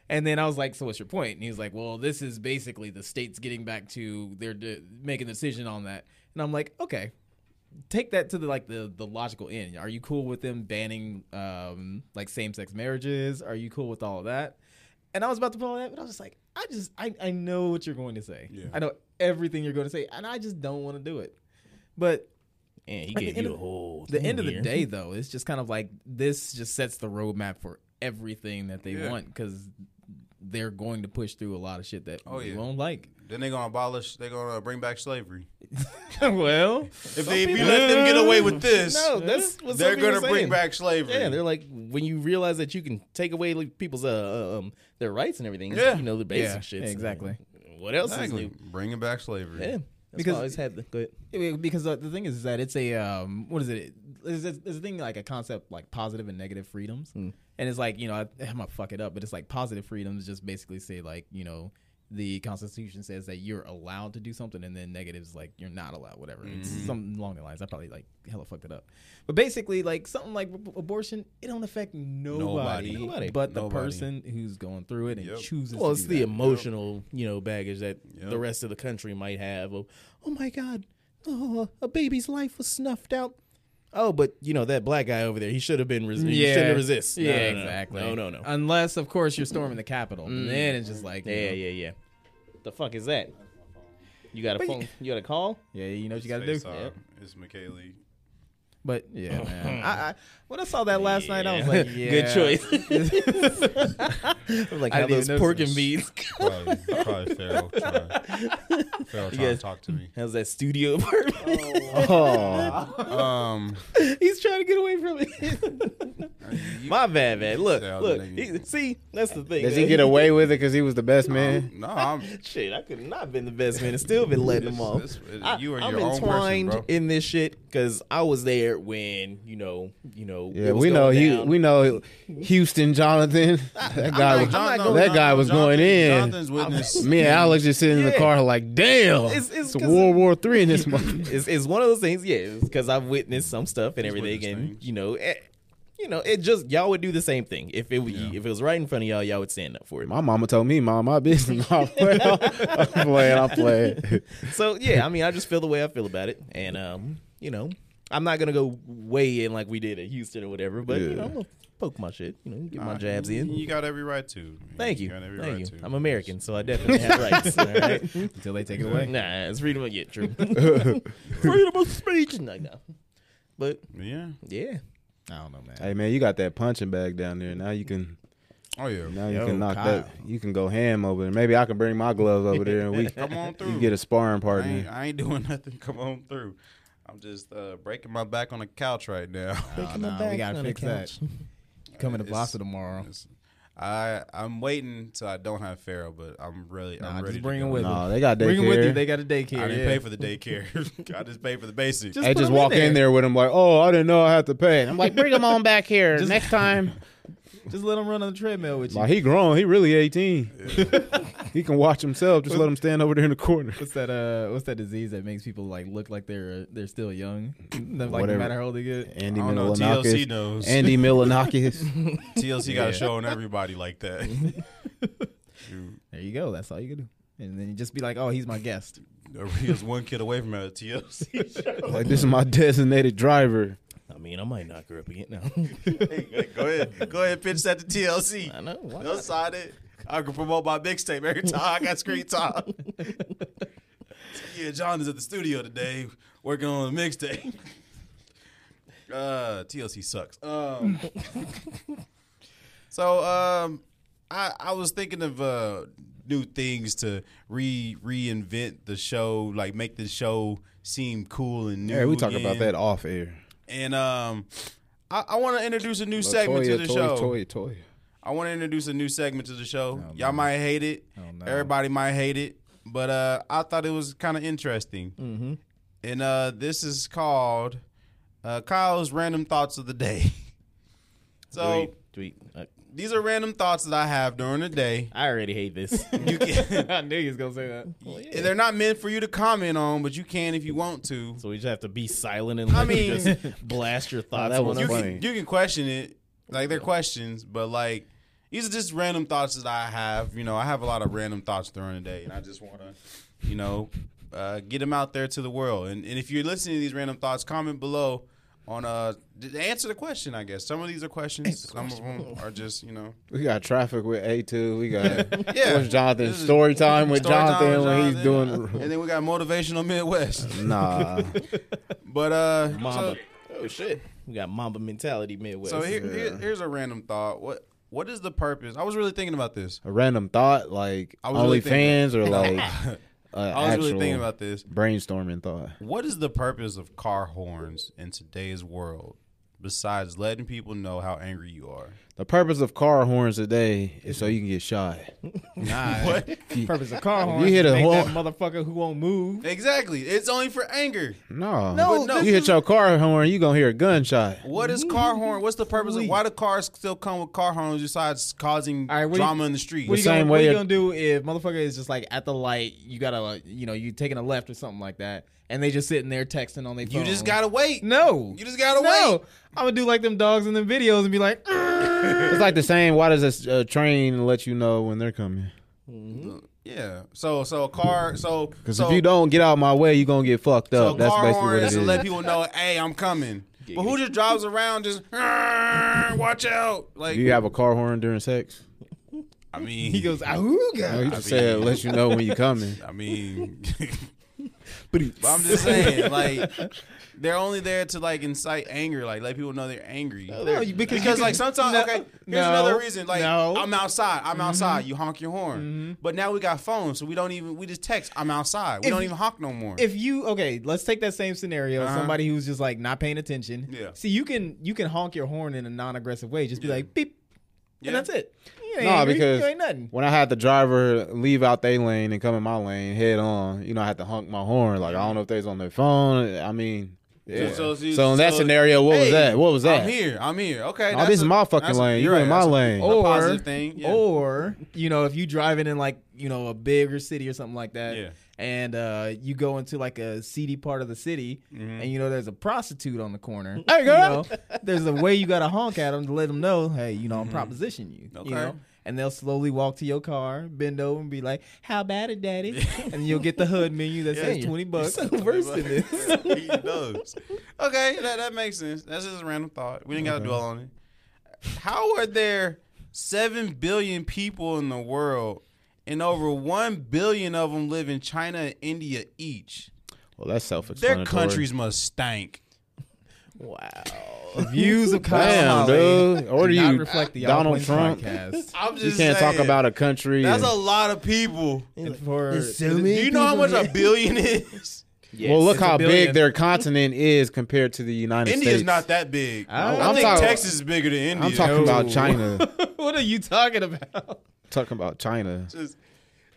B: And then I was like, "So what's your point?" And he was like, "Well, this is basically the states getting back to their de- making a decision on that." And I'm like, "Okay, take that to the like the the logical end. Are you cool with them banning um like same sex marriages? Are you cool with all of that? And I was about to pull on that, but I was just like, I just I, I know what you're going to say.
A: Yeah.
B: I know everything you're going to say, and I just don't want to do it. But
D: And he
B: the
D: gave
B: end
D: you
B: of-
D: a whole.
B: the
D: thing
B: end of the
D: here.
B: day, though, it's just kind of like this just sets the roadmap for everything that they
A: Yeah.
B: want because they're going to push through a lot of shit that
A: Oh,
B: we
A: yeah.
B: won't like.
A: Then they're gonna abolish. They're gonna uh, bring back slavery.
B: well,
A: If they if you let them get away with this,
D: No, that's what
A: they're
D: going
A: gonna
D: to
A: bring back slavery.
D: Yeah, they're like when you realize that you can take away like, people's uh, uh, um their rights and everything.
A: Yeah.
D: you know the basic
B: Yeah,
D: shit.
B: exactly.
D: What else
A: exactly.
D: is
A: bringing back slavery.
D: new? Yeah,
B: Because-
D: because I always had the go ahead.
B: I mean, because the, the thing is that it's a um, what is it? There's a, there's a thing like a concept like positive and negative freedoms,
D: Hmm.
B: and it's like you know I, I'm gonna fuck it up, but it's like positive freedoms just basically say like you know the Constitution says that you're allowed to do something, and then negatives like you're not allowed, whatever. It's
A: Mm-hmm.
B: something along the lines. I probably like hella fucked it up, but basically like something like ab- abortion, it don't affect nobody,
A: Nobody.
D: Nobody.
B: but the
A: Nobody.
B: person who's going through it and
A: Yep.
B: chooses. to
D: Well, it's
B: do
D: the
B: that.
D: emotional you know baggage that
A: Yep.
D: the rest of the country might have. Of, oh my god, oh, a baby's life was snuffed out. Oh, but you know that black guy over there, he should have been. Res- He shouldn't resist. No,
B: Yeah,
D: no, no.
B: exactly.
D: No, no, no.
B: Unless, of course, you're storming the Capitol. And then it's just like, you
D: yeah,
B: know,
D: yeah, yeah. The fuck is that? You got a phone? You got a call?
B: yeah, you know what you got to do.
A: Face
B: Yeah.
A: off. It's McKaylee.
B: But yeah, man. I, I, when I saw that last night, I was like, yeah.
D: Good choice. I'm like,
B: I
D: how
B: didn't even
D: those
B: notice
D: pork
B: it.
D: and beans?
A: Probably, probably Pharaoh trying, Pharaoh trying to
D: guys-
A: talk to me.
D: How's that studio apartment?
C: Oh.
A: Um,
B: Oh.
D: He's trying to get away from it. My bad, man. Look,
A: Yeah, I was
D: look.
A: thinking-
D: He- see, that's the thing.
C: Does
D: man.
C: he get away with it because he was the best man?
A: no, I'm,
D: Shit, I could not have been the best man and still been letting him off.
A: It's- it's-
D: I,
A: you are
D: I'm
A: your own person,
D: entwined
A: bro.
D: in this shit because I was there when you know, you know.
C: Yeah,
D: it was
C: we know
D: going
C: he,
D: down.
C: we know Houston Jonathan. That guy guy,
D: I'm not
C: was- that guy was going in.
A: Jonathan's witness.
C: Me and Alex just sitting in the
D: Yeah.
C: car like, damn,
D: It's-
C: it's,
D: it's 'cause-
C: World War Three in this month.
D: it's, it's one of those things, yeah, because I've witnessed some stuff and everything,
A: witnessed
D: and
A: things.
D: you know, eh, you know, it just y'all would do the same thing if it w- if it was right in front of y'all, y'all would stand up for it.
C: My mama told me, "Mom, my business." I'm playing, I'm playing. I'm playing.
D: So yeah, I mean, I just feel the way I feel about it, and um, you know, I'm not gonna go way in like we did at Houston or whatever, but you
C: Yeah.
D: know, I'm gonna poke my shit, you know, get my jabs in.
A: You got every right to. man.
D: Thank you,
A: got every
D: thank
A: right
D: you.
A: to.
D: I'm American, so I definitely have rights. all right?
E: until they take it away.
D: Nah, it's freedom of yeah, true. freedom of speech, no, no. But
A: Yeah.
D: yeah,
E: I don't know, man.
C: hey man, you got that punching bag down there. Now you can,
A: Oh yeah.
C: now you
E: Yo,
C: can knock
E: Kyle.
C: that. You can go ham over there. Maybe I can bring my gloves over there and we
A: Come on through.
C: you get a sparring
A: I
C: partner.
A: ain't, I ain't doing nothing. Come on through. I'm just uh, breaking my back on the couch right now.
D: Breaking
E: nah,
D: my
E: we
D: back
E: gotta
D: on the
E: fix that.
D: couch.
E: Coming to
A: It's-
E: Vasa tomorrow.
A: It's- I I'm waiting till I don't have Pharaoh, but I'm really
E: Nah,
A: I'm
E: just
A: ready.
E: bring
A: to
E: him
A: go.
E: with you.
C: No, they got
E: Bring them with you.
C: daycare.
E: They got a daycare.
A: I didn't
E: yeah.
A: pay for the daycare. I just paid for the basics.
C: They
E: put
C: just
E: 'em in
C: walk in there. with them like, "Oh, I didn't know I had to pay." And I'm like, "Bring them on back here next time."
E: Just let them run on the treadmill with you.
C: Like he grown, he really 18. he can watch himself. Just let him stand over there in the corner.
E: What's that? Uh, what's that disease that makes people like look like they're uh, they're still young, No, like no
C: Whatever.
E: matter how old they get?
C: Andy
A: I don't know. TLC
C: Milanakis.
A: knows.
C: Andy Milanakis.
A: TLC got a show on everybody like that.
E: There you go. That's all you can do. And then you just be like, oh, he's my guest.
A: Aria's one kid away from a TLC show.
C: like this is my designated driver.
D: I mean, I might knock her up again now.
A: Hey, go ahead, go ahead, pitch that to TLC.
D: I know. Why
A: They'll
D: not?
A: sign it. I can promote my mixtape every time I got screen time. yeah, John is at the studio today working on a mixtape. Uh, TLC sucks. Um, so um, I I was thinking of uh new things to re reinvent the show, like make the show seem cool and new.
C: Yeah, we talk about
A: again.
C: that off air.
A: And um, I, I want to introduce a new segment to the
C: toy,
A: show.
C: Toy, toy.
A: I want to introduce a new segment to the show. Y'all might hate it.
E: no.
A: Everybody might hate it, but uh, I thought it was kind of interesting. Mm-hmm. And uh, this is called uh, Kyle's random thoughts of the day. so
D: Tweet. I-
A: these are random thoughts that I have during the day.
D: I already hate this.
A: You can,
E: I knew he was gonna say that.
A: and they're not meant for you to comment on, but you can if you want to.
D: so we just have to be silent and
A: I
D: let you
A: mean-
D: just blast your thoughts.
C: that
D: on
C: was
D: us.
A: you
C: funny.
A: can you can question it. Like they're questions, but like these are just random thoughts that I have. You know, I have a lot of random thoughts during the day, and I just want to, you know, uh, get them out there to the world. And and if you're listening to these random thoughts, comment below on uh d- answer the question. I guess some of these are questions, some of them are just you know
C: We got traffic with A2. We got
A: Yeah.
C: yeah. Jonathan
A: This is-
C: story time with
A: story time
C: Jonathan
A: with
C: when he's
A: Jonathan.
C: doing.
A: And then we got motivational Midwest,
C: Nah,
A: but uh,
D: Mamba.
A: so-
D: oh shit. We got Mamba mentality Midwest.
A: so, here, here- here's a random thought. What what is the purpose? I was really thinking about this.
C: a random thought like
A: I was really
C: OnlyFans or like uh,
A: I was
C: actual
A: really thinking about this.
C: brainstorming thought.
A: What is the purpose of car horns in today's world besides letting people know how angry you are?
C: The purpose of car horns today is so you can get shot.
E: Nah.
A: What?
E: Purpose of car horns.
C: you hit a
E: make that
C: horn-
E: motherfucker who won't move.
A: exactly. It's only for anger.
C: No,
A: No, But no.
C: You hit your car horn, you gonna hear a gunshot.
A: What is car horn? What's the purpose of why do cars still come with car horns besides causing
E: All right, what do you-
A: drama in the street?
E: What you,
C: same
E: gonna, what
C: way
E: you
C: it-
E: gonna do if motherfucker is just like at the light? You gotta, like, you know, you taking a left or something like that, and they just sitting there texting on their phone.
A: You just gotta wait.
E: no.
A: You just gotta
E: no.
A: wait.
E: I'm gonna do like them dogs in the videos and be like, "Arr."
C: It's like the same. Why does a, a train let you know when they're coming?
A: Yeah. So so a car so
C: Because
A: so,
C: if you don't get out of my way, you gonna get fucked
A: so
C: up.
A: a
C: That's
A: car
C: basically
A: horn
C: what it
A: is to
C: is.
A: let people know, hey, I'm coming. But who just drives around just "Arr, watch out? Like
C: Do you have a car horn during sex?
A: I mean
E: he goes, "Ahooga."
C: No, he
A: I
C: just said
A: mean-
C: let you know when you coming.
A: I mean, but I'm just saying, like, they're only there to like incite anger, like let people know they're angry.
E: No, you- because
A: because
E: you
A: like
E: can-
A: sometimes,
E: no,
A: okay, here's
E: no,
A: another reason. Like,
E: no. Mm-hmm.
A: I'm outside. I'm outside. You honk your horn. But now we got phones, so we don't even. We just text. I'm outside. We
E: If-
A: don't even honk no more.
E: if you okay, let's take that same scenario.
A: Uh-huh.
E: Somebody who's just like not paying attention.
A: Yeah.
E: See, you can you can honk your horn in a non-aggressive way. Just be like beep,
A: Yeah.
E: and that's it. You ain't
C: No,
E: angry,
C: because
E: you ain't nothing.
C: when I had the driver leave out their lane and come in my lane head on, you know, I had to honk my horn. Like I don't know if they's on their phone. I mean, Yeah.
A: So-
C: So,
A: so-
C: in that
A: so-
C: scenario, what was
A: Hey,
C: that? What was that?
A: I'm here. I'm here. Okay.
C: Oh,
A: that's
C: this is
A: a-
C: my fucking
A: that's a-
C: lane. You
A: you're
C: in my
A: that's a- oh.
C: lane.
A: a
B: Or-
A: positive thing. Yeah.
B: Or you know, if you driving in like you know a bigger city or something like that,
A: Yeah.
B: and uh, you go into like a seedy part of the city,
A: Mm-hmm.
B: and you know there's a prostitute on the corner.
C: Hey, girl.
B: you know, there's a way you gotta honk at them to let them know, hey, you know I'm
A: Mm-hmm.
B: proposition you.
A: Okay.
B: You know? And they'll slowly walk to your car, bend over, and be like, "How about it, daddy?" and you'll get the hood menu that says
A: Yeah.
B: twenty bucks.
A: Versed in this. he knows. Okay, that, that makes sense. That's just a random thought. We didn't gotta dwell on it. How are there seven billion people in the world and over one billion of them live in China and India each?
C: Well, that's self-explanatory.
A: Their countries must stank.
B: Views of Kyle
C: Damn,
B: Holloway
C: dude. Or do
B: do not
C: you,
B: reflect the All
C: Donald
B: Points
C: Trump?
B: podcast.
A: I'm just
C: You can't talk
A: saying,
C: about a country.
A: that's
C: and-
A: a lot of people.
B: And for
A: Do you know how much a billion is?
C: well, look how
B: billion.
C: big their continent is compared to the United
A: India's
C: States.
A: not that big.
B: I-
A: I
C: I'm
A: think
C: talking-
A: Texas is bigger than India.
C: I'm talking about China.
B: Oh. what are you talking about?
C: talking about China.
A: Just-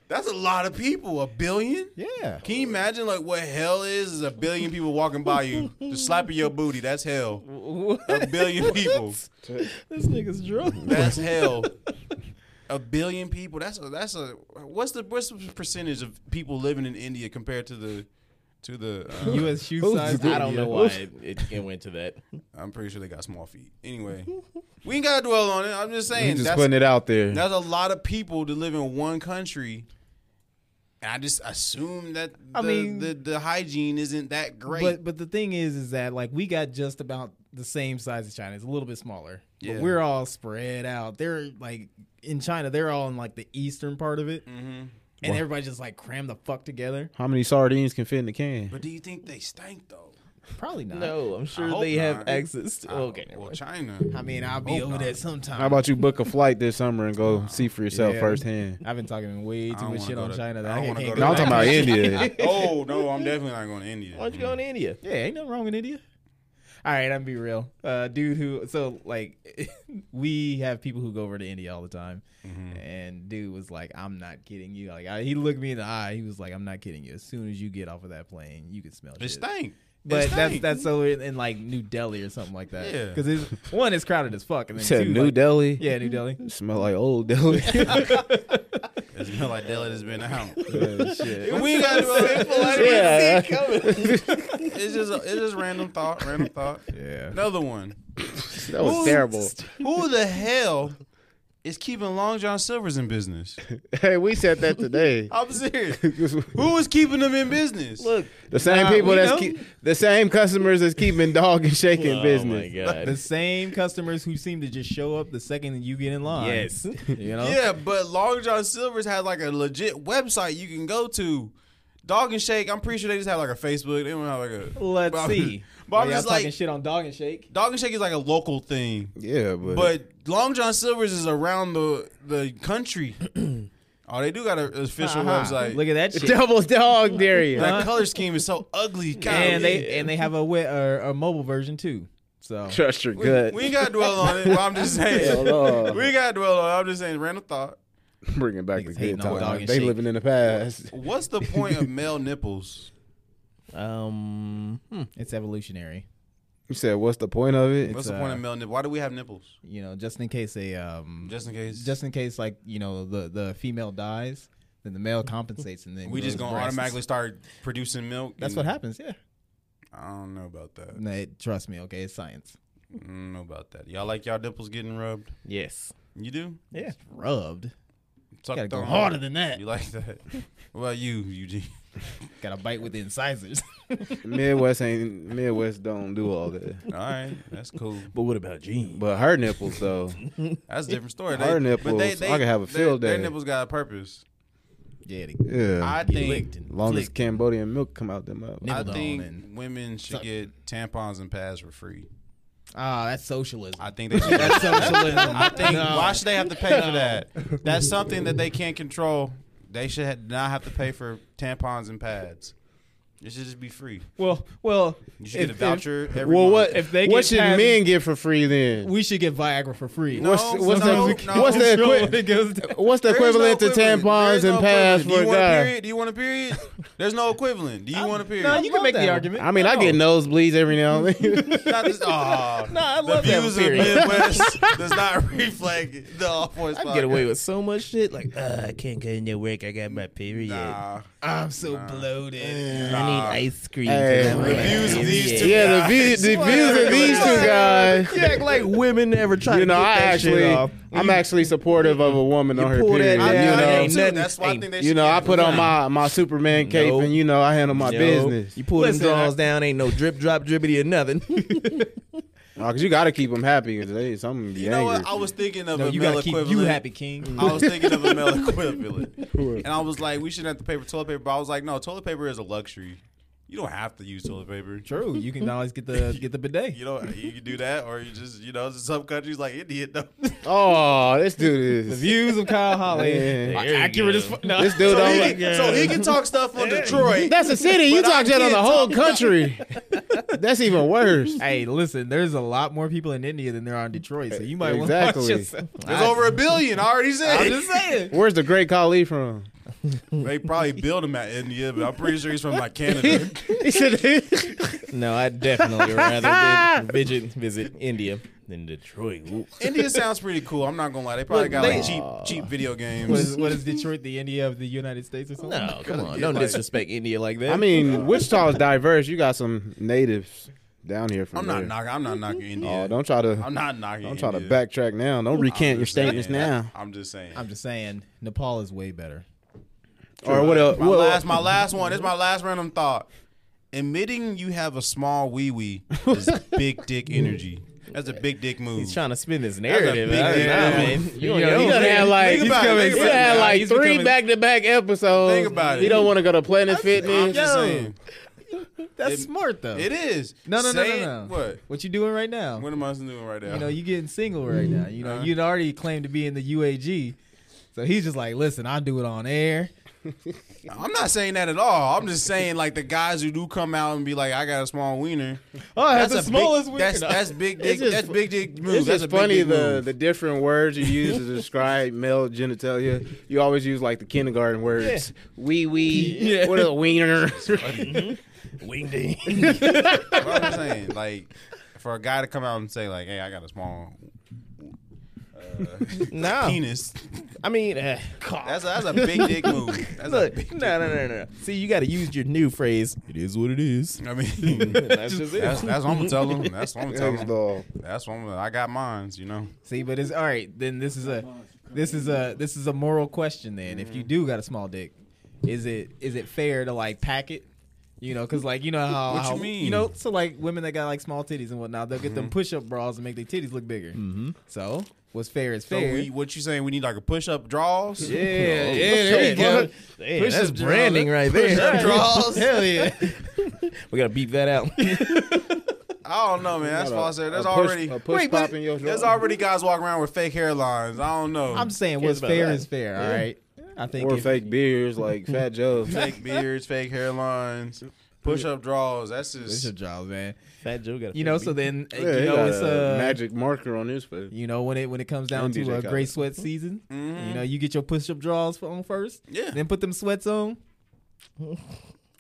A: that's a lot of people. A billion?
B: Yeah.
A: Can you imagine like what hell is? Is a billion people walking by you, just slapping your booty? That's hell. A billion people.
B: This nigga's drunk.
A: That's hell. A billion people. That's a that's a what's the what's the percentage of people living in India compared to the to the uh,
B: U.S. shoe size.
D: I don't know why it, it, it went to that.
A: I'm pretty sure they got small feet. Anyway, we ain't gotta dwell on it. I'm just
C: He's
A: saying
C: just
A: that's
C: putting it out there.
A: that's a lot of people to live in one country. And I just assume that the,
B: I mean-
A: the, the hygiene isn't that great.
B: But but the thing is, is that like we got just about the same size as China. It's a little bit smaller.
A: Yeah.
B: But we're all spread out. They're like in China. They're all in like the eastern part of it,
A: mm-hmm.
B: and everybody just like crammed the fuck together.
C: How many sardines can fit in the can?
A: But do you think they stank though?
B: Probably not.
D: No, I'm
A: I
D: sure
A: hope
D: they have
A: not.
D: access to.
A: Oh,
D: Okay, never
A: Well,
D: mind.
A: China.
B: I mean, I'll be
A: Hope
B: over
A: not.
B: there sometime.
C: How about you book a flight this summer and go see for yourself
B: Yeah.
C: firsthand?
B: I've been talking way
A: I
B: too
A: don't
B: much
A: wanna
B: shit
A: go
B: on
A: to-
B: China
A: I
B: that I,
A: don't
B: can't.
A: wanna go to
C: No, I'm
B: back.
C: talking about India.
A: oh no, I'm definitely not going to India.
D: Why don't you go to India?
B: Yeah, ain't nothing wrong with India. All right, I'm be real. Uh, dude who so like we have people who go over to India all the time, and dude was like, "I'm not kidding you." Like I, he looked me in the eye, he was like, "I'm not kidding you." As soon as you get off of that plane, you can smell
A: It
B: shit.
A: stank. It
B: But that's
A: stank.
B: that's so in, in like New Delhi or something like that.
A: Yeah.
B: because it's one it's crowded as fuck, and
C: You
B: then
C: said
B: two,
C: New
B: like-
C: Delhi.
B: Yeah, New Delhi.
C: Smell like old Delhi.
A: it smell like Delhi has been out.
C: Shit.
A: we ain't got to.
C: Yeah.
A: It's just it's just random thought. Random thought.
B: Yeah,
A: Another one.
C: That was terrible.
A: Who the hell is keeping Long John Silver's in business?
C: Hey, we said that today.
A: I'm serious. Who is keeping them in business?
D: Look,
C: The same
B: Nah,
C: people
B: we
C: that's
B: know.
C: keep, the same customers that's keeping dog and shaking
D: oh my
C: business.
B: the
D: god.
B: same customers who seem to just show up the second that you get in line.
D: Yes.
B: you know.
A: Yeah, but Long John Silver's has like a legit website you can go to. Dog and Shake, I'm pretty sure they just have like a Facebook. They don't have like a.
B: Let's
A: But I'm-
B: see.
A: but I'm
B: Are y'all
A: just
B: talking
A: like-
B: shit on Dog and Shake.
A: Dog and Shake is like a local thing,
C: Yeah, but,
A: but Long John Silver's is around the the country. oh, they do got an official
B: Uh-huh.
A: website.
B: Look at that shit.
C: double dog dairy.
A: that color scheme is so ugly. God,
B: and
A: we-
B: they and they have a, we- a a mobile version too. So
C: Trust your
A: we,
C: gut.
A: we ain't got to dwell on it. But I'm just
C: Hell
A: saying.
C: no.
A: we ain't got to dwell on it. I'm just saying, random thought.
C: bringing back the
B: Niggas hating
C: good
B: on dog
C: times.
B: and
C: They
B: shake.
C: living in the past.
A: What's the point of male nipples?
D: Um, hmm.
B: it's evolutionary.
C: You said, what's the point of it?
A: What's the point
B: uh,
A: of male nipples? Why do we have nipples?
B: You know, just in case a um, just,
A: Just in case.
B: in case like you know the the female dies, then the male compensates and then
A: we just
B: grows
A: gonna
B: breasts.
A: automatically start producing milk.
B: That's
A: and-
B: what happens. Yeah.
A: I don't know about that.
B: No, it- trust me. Okay, it's science.
A: I don't know about that. Y'all like y'all nipples getting rubbed?
D: yes.
A: You do?
B: Yeah. Rubbed.
A: Tucked
B: Gotta go
A: on?
B: harder than that.
A: You like that? what about you, Eugene?
B: Gotta bite with the incisors.
C: Midwest ain't Midwest don't do all that.
A: All right, that's cool.
D: But what about Gene?
C: But her nipples though.
A: That's a different story.
C: Her nipples, I could have a
A: their-
C: field
A: Their
C: day.
A: nipples got a purpose.
B: yeah. They
C: Yeah.
A: I
B: get
A: think.
B: licked and
C: Long as
B: flicked.
C: Cambodian milk come out them up.
A: I
B: nibbled on
A: think
B: and
A: women should
B: sucked.
A: get tampons and pads for free.
B: Ah, that's socialism.
A: I think they should. that's
B: socialism.
A: I think.
B: No.
A: Why should they have to pay for that? That's something that they can't control. They should ha- not have to pay for tampons and pads. It should just be free.
B: Well, well,
A: You should get a
B: If-
A: voucher. Every
C: Well,
A: month.
C: what
B: If they
C: what
B: get
C: should
B: past-
C: men get for free then?
B: we should get Viagra for free.
A: No,
C: what's what's
A: no,
C: the
A: no.
C: what's the
A: There
B: Show
C: equi-
B: what it goes to.
C: what's the
A: There is no
C: equivalent to
A: equivalent. There is
C: tampons
A: no
C: and pads
A: equivalent.
C: for
A: Do you want a
C: a guy?
A: period? Do you want a period? There's no equivalent. Do you want a period?
B: No, you can
D: love
B: make the
D: that.
B: argument.
C: I mean, I get nosebleeds every now and then.
A: Not just, aw.
D: I
A: the
D: love that
A: views of
D: period.
A: Midwest does not reflect the All Points
D: I
A: Podcast.
D: can get away with so much shit. Like, uh, I can't go into work. I got my period.
A: Nah,
B: I'm so bloated.
D: I need
A: nah.
D: ice cream.
C: Hey,
D: to go
C: the
D: my
A: views of these
D: period.
A: two-
C: yeah, the, vi- the views of these two guys.
D: You act like women ever try
C: You
D: to
C: know,
D: get
C: I
D: that
C: actually,
D: shit off.
C: I'm actually supportive of a woman on her
D: pull that
C: period.
D: down,
A: I,
C: You
A: I
C: know,
A: am too.
D: nothing-
A: That's why I think they should
C: you know,
A: get
C: I
A: it.
C: put on my my Superman cape
D: Nope.
C: and you know, I handle my
D: Yo,
C: business.
D: You pull
B: Listen,
D: them drawers down, ain't no drip, drop, dribbity, or nothing.
C: Oh, Cause you gotta keep them happy. Cause they, some gonna be
A: You know what?
C: angry.
A: I was thinking of
B: No,
A: a
B: you
A: male
B: gotta keep
A: equivalent.
B: you happy, King.
A: I was thinking of a male equivalent, and I was like, we shouldn't have to pay for toilet paper. But I was like, no, toilet paper is a luxury. You don't have to use toilet paper.
B: True, you can always get the get the bidet.
A: You know, you can do that, or you just, you know, some countries like India. No.
C: Oh, this dude is.
B: Views of Kyle Holly.
C: Man.
B: Ac- Accurate as fuck. No.
C: This dude
A: So,
C: don't.
A: he can, so he can talk stuff on Detroit.
C: That's a city. You
A: But I
C: talk shit on the
A: can't
C: whole
A: talk-
C: country. That's even worse.
B: Hey, listen, there's a lot more people in India than there are in Detroit, so you might
C: Exactly.
B: want to watch yourself.
A: There's over a billion. I already said.
B: I'm just saying.
C: Where's the great Khali from?
A: They probably build him at India, but I'm pretty sure he's from like Canada.
C: He said,
D: no, I definitely rather vi- visit, visit India than Detroit. Ooh.
A: India sounds pretty cool. I'm not gonna lie. They probably got like cheap, cheap video
B: What
A: games.
B: is, what is Detroit, the India of the United States or something?
D: No, come on. Don't disrespect India like that.
C: I mean, Wichita's diverse. You got some natives down here from
A: I'm
C: there.
A: not knocking. I'm not knocking India.
C: Oh, don't try to.
A: I'm not knocking.
C: don't try to
A: India.
C: backtrack now. Don't
A: I'm
C: recant your
A: just saying.
C: statements now.
A: I'm just saying.
B: I'm just saying, Nepal is way better.
C: Or what? el-
A: my
C: what-
A: last, my last one. This is my last random thought. Admitting you have a small wee wee is big dick energy. That's a big dick move.
D: he's trying to spin this narrative.
A: big
D: I don't
A: deal.
D: know, man. You,
B: You know,
D: you
C: He done had like
A: Think about it,
C: he
A: think
C: done
A: about it
C: had
A: now.
C: like
B: He's
C: three
B: becoming-
C: back to back episodes.
A: Think about it.
C: He don't want to go to Planet
A: I'm
C: Fitness.
A: just saying.
B: That's
A: It-
B: smart though.
A: It is.
B: No, no, no,
A: Say
B: no, no.
A: it- What?
B: What you doing right now?
A: What am I doing right now?
B: you know, you getting single right now. You know,
A: Uh-huh.
B: you'd already claimed to be in the UAG. So he's just like, listen, I do it on air.
A: I'm not saying that at all. I'm just saying like the guys who do come out and be like, I got a small wiener.
B: Oh, that's, the
A: a
B: smallest
A: big,
B: wiener.
A: That's that's big dick.
C: It's just-
A: that's big dick move.
C: It's
A: That's
C: just
A: a big
C: funny
A: dick
C: the,
A: move.
C: the different words you use to describe male genitalia. You always use like the kindergarten words. Wee wee. What a wiener.
D: Winged.
A: What I'm saying like for a guy to come out and say like, Hey, I got a small uh,
D: no,
A: penis.
D: I mean, uh,
A: That's a, that's a big dick move. That's a big.
D: look, no, no, no, no. See, you got to use your new phrase. It is what it is.
A: I mean,
D: That's just it.
A: that's, that's what I'm gonna tell him. That's what I'm gonna tell
C: Thanks,
A: him.
C: dog.
A: That's what I'm gonna, I got mines. You know,
B: See, but it's all right. Then this is a this is a this is a moral question. Then if you do got a small dick, is it is it fair to like pack it? You know, because like you know how
A: What you
B: how-
A: mean?
B: you know, so like women that got like small titties and whatnot, they'll get them push up bras and make their titties look bigger. Mm-hmm. So what's fair is
A: so
B: fair.
A: we, what you saying? We need like a push up draws.
B: yeah, yeah, there you go.
D: Damn, that's branding right
A: Push-up
D: there.
A: draws.
B: Hell yeah.
D: We gotta beep that out.
A: I don't know, man. That's false. There's
C: A push-
A: already
C: a push
B: Wait, but
C: pop in your
A: there's
C: drawer.
A: already guys walking around with fake hairlines. I don't know.
B: I'm saying what's
D: about
B: fair
D: that.
B: is fair. All right. I think
C: or
B: if-
C: fake beers like Fat Joe.
A: fake beards, fake hairlines, push up draws. That's
B: it's your
A: just
B: job, man.
D: Fat Joe got
B: You know, so then uh,
C: Yeah, he
B: you know
C: got
B: it's
C: a
B: uh,
C: magic marker on his face.
B: You know when it when it comes down
C: And
B: to
C: DJ
B: uh, gray
C: Khaled.
B: sweat season,
A: Mhm.
B: you know you get your push up draws for, on first,
A: yeah.
B: then put them sweats on.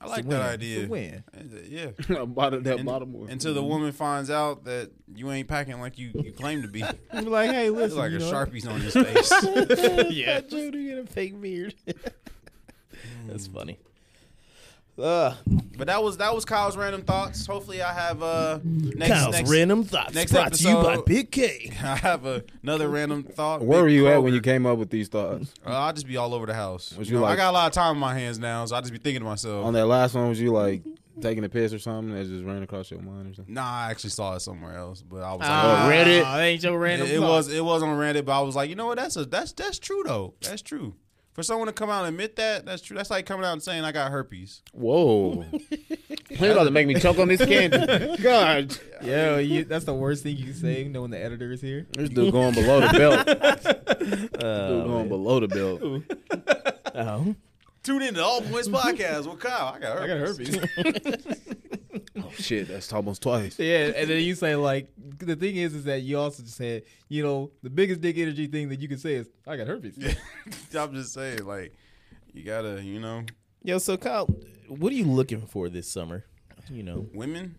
A: I like
B: Win.
A: that
B: It's
A: idea.
B: a Win.
A: Yeah.
C: bottom, that
A: And-
C: bottom one.
A: Until the woman finds out that you ain't packing like you, you claim to be.
B: You be like, hey,
A: It's
B: listen,
A: like
B: you
A: a
B: know,
A: sharpie's on his face.
D: yeah. Fat Joe got a fake beard. that's funny. Uh,
A: but that was that was Kyle's random thoughts. Hopefully, I have uh next
D: Kyle's
A: next
D: random thoughts
A: next
D: brought to you by
A: episode-
D: Big K.
A: I have a, another random thought.
C: Where
A: Big
C: were you at when
A: Kroger.
C: you came up with these thoughts?
A: Uh, I'll just be all over the house.
C: Was
A: You
C: you
A: know, I
C: like-
A: got a lot of time on my hands now, so I just be thinking to myself.
C: On that last one, was you like taking a piss or something that just ran across your mind or something?
A: Nah, I actually saw it somewhere else, but I was like,
B: Ah,
A: oh,
C: Reddit?
B: that ain't your random.
A: it, it
B: thought.
A: was it was on Reddit, but I was like, you know what? That's a that's that's true though. That's true. For someone to come out and admit that, that's true. That's like coming out and saying I got herpes.
C: Whoa. You're about to make me choke on this candy. God.
B: yo. You, that's the worst thing you can say knowing the editor is here.
C: This dude going below the belt. Dude
D: Uh,
C: going below the belt.
D: oh.
A: Tune in to All Points Podcast with Kyle. I got herpes. I got herpes.
C: Shit, that's almost twice.
E: Yeah, and then you say like the thing is is that you also said you know the biggest dick energy thing that you can say is I got herpes.
A: I'm just saying, like, you gotta, you know,
D: Yo, so Kyle, what are you looking for this summer? You know,
A: women.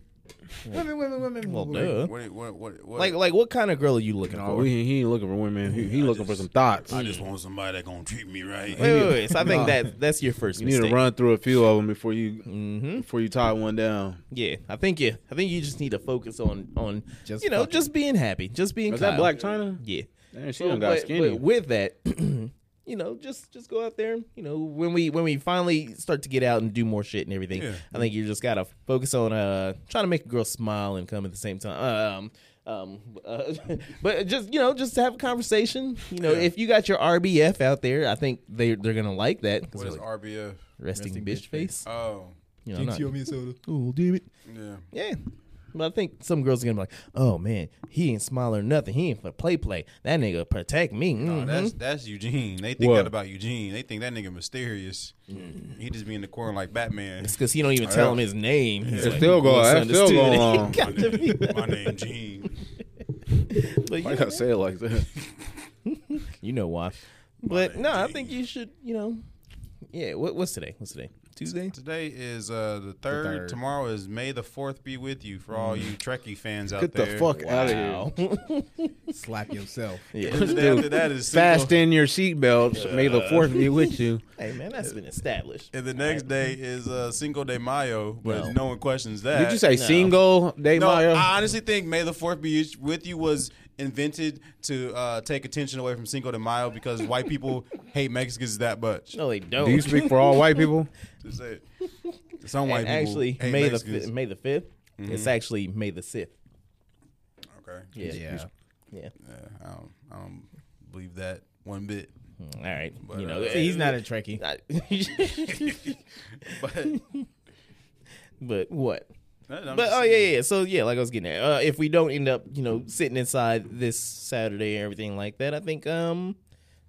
E: women, women, women.
D: well,
E: women.
D: duh.
A: What? What? What? what
D: Like, like, what kind of girl are you looking
C: No,
D: for?
C: he, he ain't looking for women. He, he
A: I
C: looking for
A: just-
C: some thoughts.
A: I just want somebody that gonna treat me right.
D: wait, wait, wait. So I think
C: No.
D: that that's your first
C: You need
D: mistake.
C: to run through a few of them before you
D: Mm-hmm.
C: before you tie one down.
D: Yeah, I think you. I think you just need to focus on on
E: Just
D: you know
E: fucking-
D: just being happy, just being.
C: Is that
D: Kyle.
C: Black China?
D: Yeah.
C: Damn, she
D: So,
C: done got
D: but,
C: skinny.
D: but with that, you know, just just go out there. You know, when we when we finally start to get out and do more shit and everything,
A: Yeah.
D: I think you just gotta focus on uh trying to make a girl smile and come at the same time. Um, um, uh, but just you know, just to have a conversation. You know, if you got your RBF out there, I think they they're gonna like that.
A: What
D: 'cause they're
A: is
D: like,
A: RBF?
D: resting, bitch face?
A: Oh,
D: You know, not,
E: Oh damn it!
A: yeah.
D: yeah. But I think some girls are gonna be like, "Oh man, he ain't smiling or nothing. He ain't for play play. That nigga protect me."
A: No,
D: Mhm.
A: that's that's Eugene. They think
C: What?
A: that about Eugene. They think that nigga mysterious. He just be in the corner like Batman.
D: It's because he don't even tell him his name. He's
C: It's still going- that's still going on.
A: My name, my name Gene.
D: But
C: Why
D: you,
C: you gotta say it like that?
D: you know why. But
A: name
D: no, I
A: Gene.
D: think you should, you know. Yeah, what, what's today? What's today? Tuesday?
A: Today is uh, the third.
D: third. Mm.
A: Tomorrow is May the fourth. Be with you for all you Trekkie fans out
C: Get the
A: there.
C: fuck out of here.
D: Wow.
E: Slap yourself.
A: And the day after that is Cinco-
C: Fasten your seatbelts. May the fourth be with you.
D: hey, man, that's been established.
A: And the next day is uh, Cinco de Mayo, but no,
D: No.
A: one questions that.
C: Did you say single day
A: No,
C: Mayo?
A: I honestly think May the Fourth be with you was invented to uh, take attention away from Cinco de Mayo because white people hate Mexicans that much.
D: No, they don't.
C: Do you speak for all white people?
A: Just say it. Some white
D: and
A: people
D: actually,
A: hate
D: May the,
A: Mexicans.
D: fi- May the 5th, it's actually May the 6th.
A: okay,
D: Yeah.
E: Yeah.
D: Yeah.
A: yeah, I don't, I don't believe that one bit.
D: All right.
A: But,
D: you know,
A: uh,
E: See, he's not a Trekkie.
D: I-
A: But, but
D: but what?
A: I'm
D: But
A: just
D: oh yeah,
A: saying,
D: yeah. yeah. So yeah, like I was getting at, uh, if we don't end up, you know, sitting inside this Saturday and everything like that, I think, um,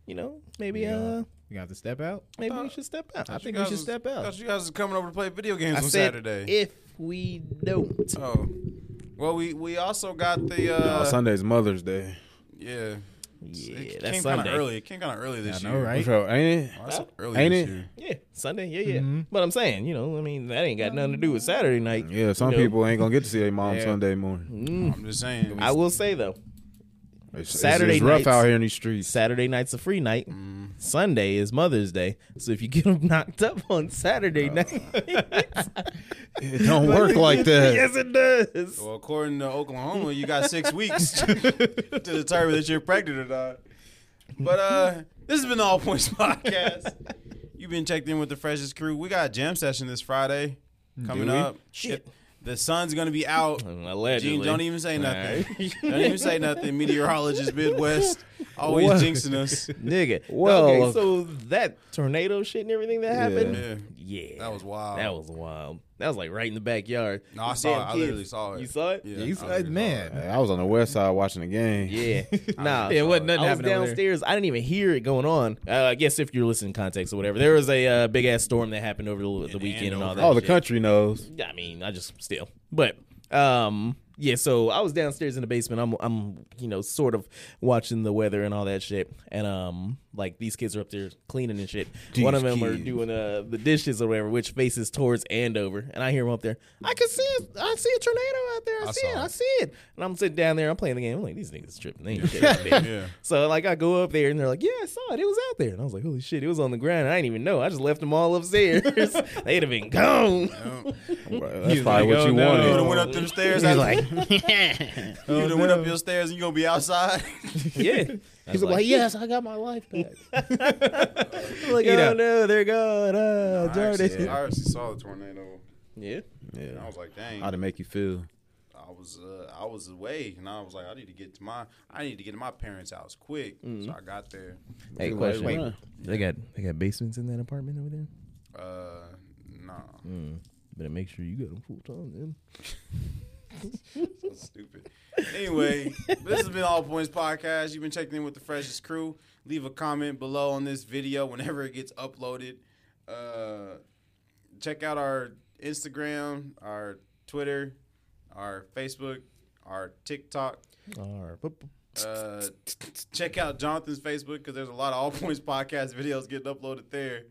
D: you know, maybe, uh,
E: You have to step out.
D: maybe we should step out.
A: thought
D: I
A: you
D: think we
A: guys
D: should
A: was-
D: step
A: thought
D: out.
A: you guys was coming over to play video games
D: I
A: on
D: said
A: Saturday.
D: if we don't.
A: oh, well, we we also got the uh,
C: No, Oh, Sunday's Mother's Day.
A: yeah.
D: Yeah,
A: it
D: that's
A: came kind
D: Sunday.
A: of early. It came kind of early this
E: I know,
A: year.
E: right?
C: Bro, ain't it?
A: Oh, that's early
C: Ain't
A: this
C: it?
A: year.
D: Yeah, Sunday. Yeah, yeah.
A: Mm-hmm.
D: But I'm saying, you know, I mean, that ain't got nothing to do with Saturday night.
C: Yeah, some
D: you know. Mm.
C: people ain't gonna get to see their mom Sunday morning.
A: I'm just saying.
D: I will say though,
C: It's, it's-
D: Saturday
C: it's rough
D: nights.
C: out here in these streets.
D: Saturday night's a free night.
A: Mm.
D: Sunday is Mother's Day. So if you get them knocked up on Saturday
A: Uh.
D: night,
C: It don't work like that.
D: yes, it does.
A: Well, according to Oklahoma, you got six weeks to, to determine that you're pregnant or not. But uh, this has been the All Points Podcast. You've been checked in with the freshest crew. We got a jam session this Friday coming up.
D: Shit.
A: The sun's gonna be out.
D: Allegedly.
A: Gene, don't even say
D: All
A: nothing.
D: right.
A: Don't even say nothing. Meteorologist Midwest always
D: What?
A: jinxing us.
D: Nigga.
C: Well-
D: okay, so that tornado shit and everything that happened.
A: Yeah,
D: Yeah.
A: that was wild.
D: That was wild. That was like right in the backyard.
A: No, I
D: These
A: saw
D: damn
A: it. I
D: kids-
A: literally saw it.
D: You saw it?
A: Yeah,
E: You
A: I
E: said,
A: literally saw
E: man.
A: it.
C: Hey, I was on the west side watching the game.
D: Yeah. nah.
E: Yeah, it wasn't nothing
D: I was
E: happening over there.
D: downstairs. I didn't even hear it going on. Uh, I guess if you're listening context or whatever, there was a uh, big ass storm that happened over the, the weekend and all
A: Andover.
D: that.
C: Oh, the
D: shit.
C: country knows.
D: I mean, I just still. But um yeah, so I was downstairs in the basement. I'm I'm you know sort of watching the weather and all that shit. And um like these kids are up there cleaning and shit. One of them are
C: kids.
D: doing uh the dishes or whatever, which faces towards Andover. And I hear them up there. I can see it. I see a tornado out there. I, see it.
A: saw
D: I
A: it.
D: see it. And I'm sitting down there. I'm playing the game. I'm like these niggas tripping. They ain't shit out there.
A: Yeah.
D: So like I go up there and they're like, "Yeah, I saw it. It was out there." And I was like, "Holy shit, it was on the ground. I didn't even know. I just left them all upstairs. They'd have been gone."
C: Well, that's probably what you
A: You would have
C: wanted.
A: went up them stairs.
D: Oh. He's
A: after-
D: like,
A: You
D: oh,
A: would have went up your stairs and you gonna be outside.
D: yeah. He's like,
C: yes, I got my life back.
D: like,
E: Eat
D: oh
E: up.
D: no, they're gone. Oh,
A: I
D: Jordan.
A: actually, I actually saw the tornado.
D: Yeah.
A: And I
C: Yeah,
A: was like, dang,
C: how to make you feel.
A: I was uh, I was away, and I was like, I need to get to my I need to get to my parents' house quick.
D: Mm-hmm.
A: So I got there.
D: Hey,
C: Feel
D: question.
C: like, uh,
D: They got they got basements in that apartment over there.
A: Uh, nah,
D: Better make sure you got them full time then.
A: that's stupid. Anyway, this has been All Points Podcast. You've been checking in with the freshest crew. Leave a comment below on this video whenever it gets uploaded. Uh, check out our Instagram, our Twitter, our Facebook, our TikTok.
D: Or- boop, boop.
A: Uh, check out Jonathan's Facebook because there's a lot of All Points podcast videos getting uploaded there.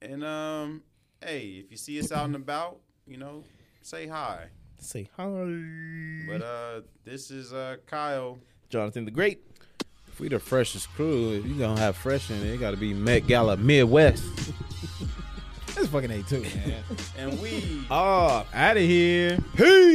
A: And um, hey, if you see us out and about, you know, say hi.
D: Say hi.
A: But uh, this is uh Kyle.
D: Jonathan the Great.
C: If we the freshest crew, if you gonna have fresh in it, it gotta be Met Gala Midwest.
D: That's fucking A2.
A: and we
B: Oh, out of here.
C: Peace.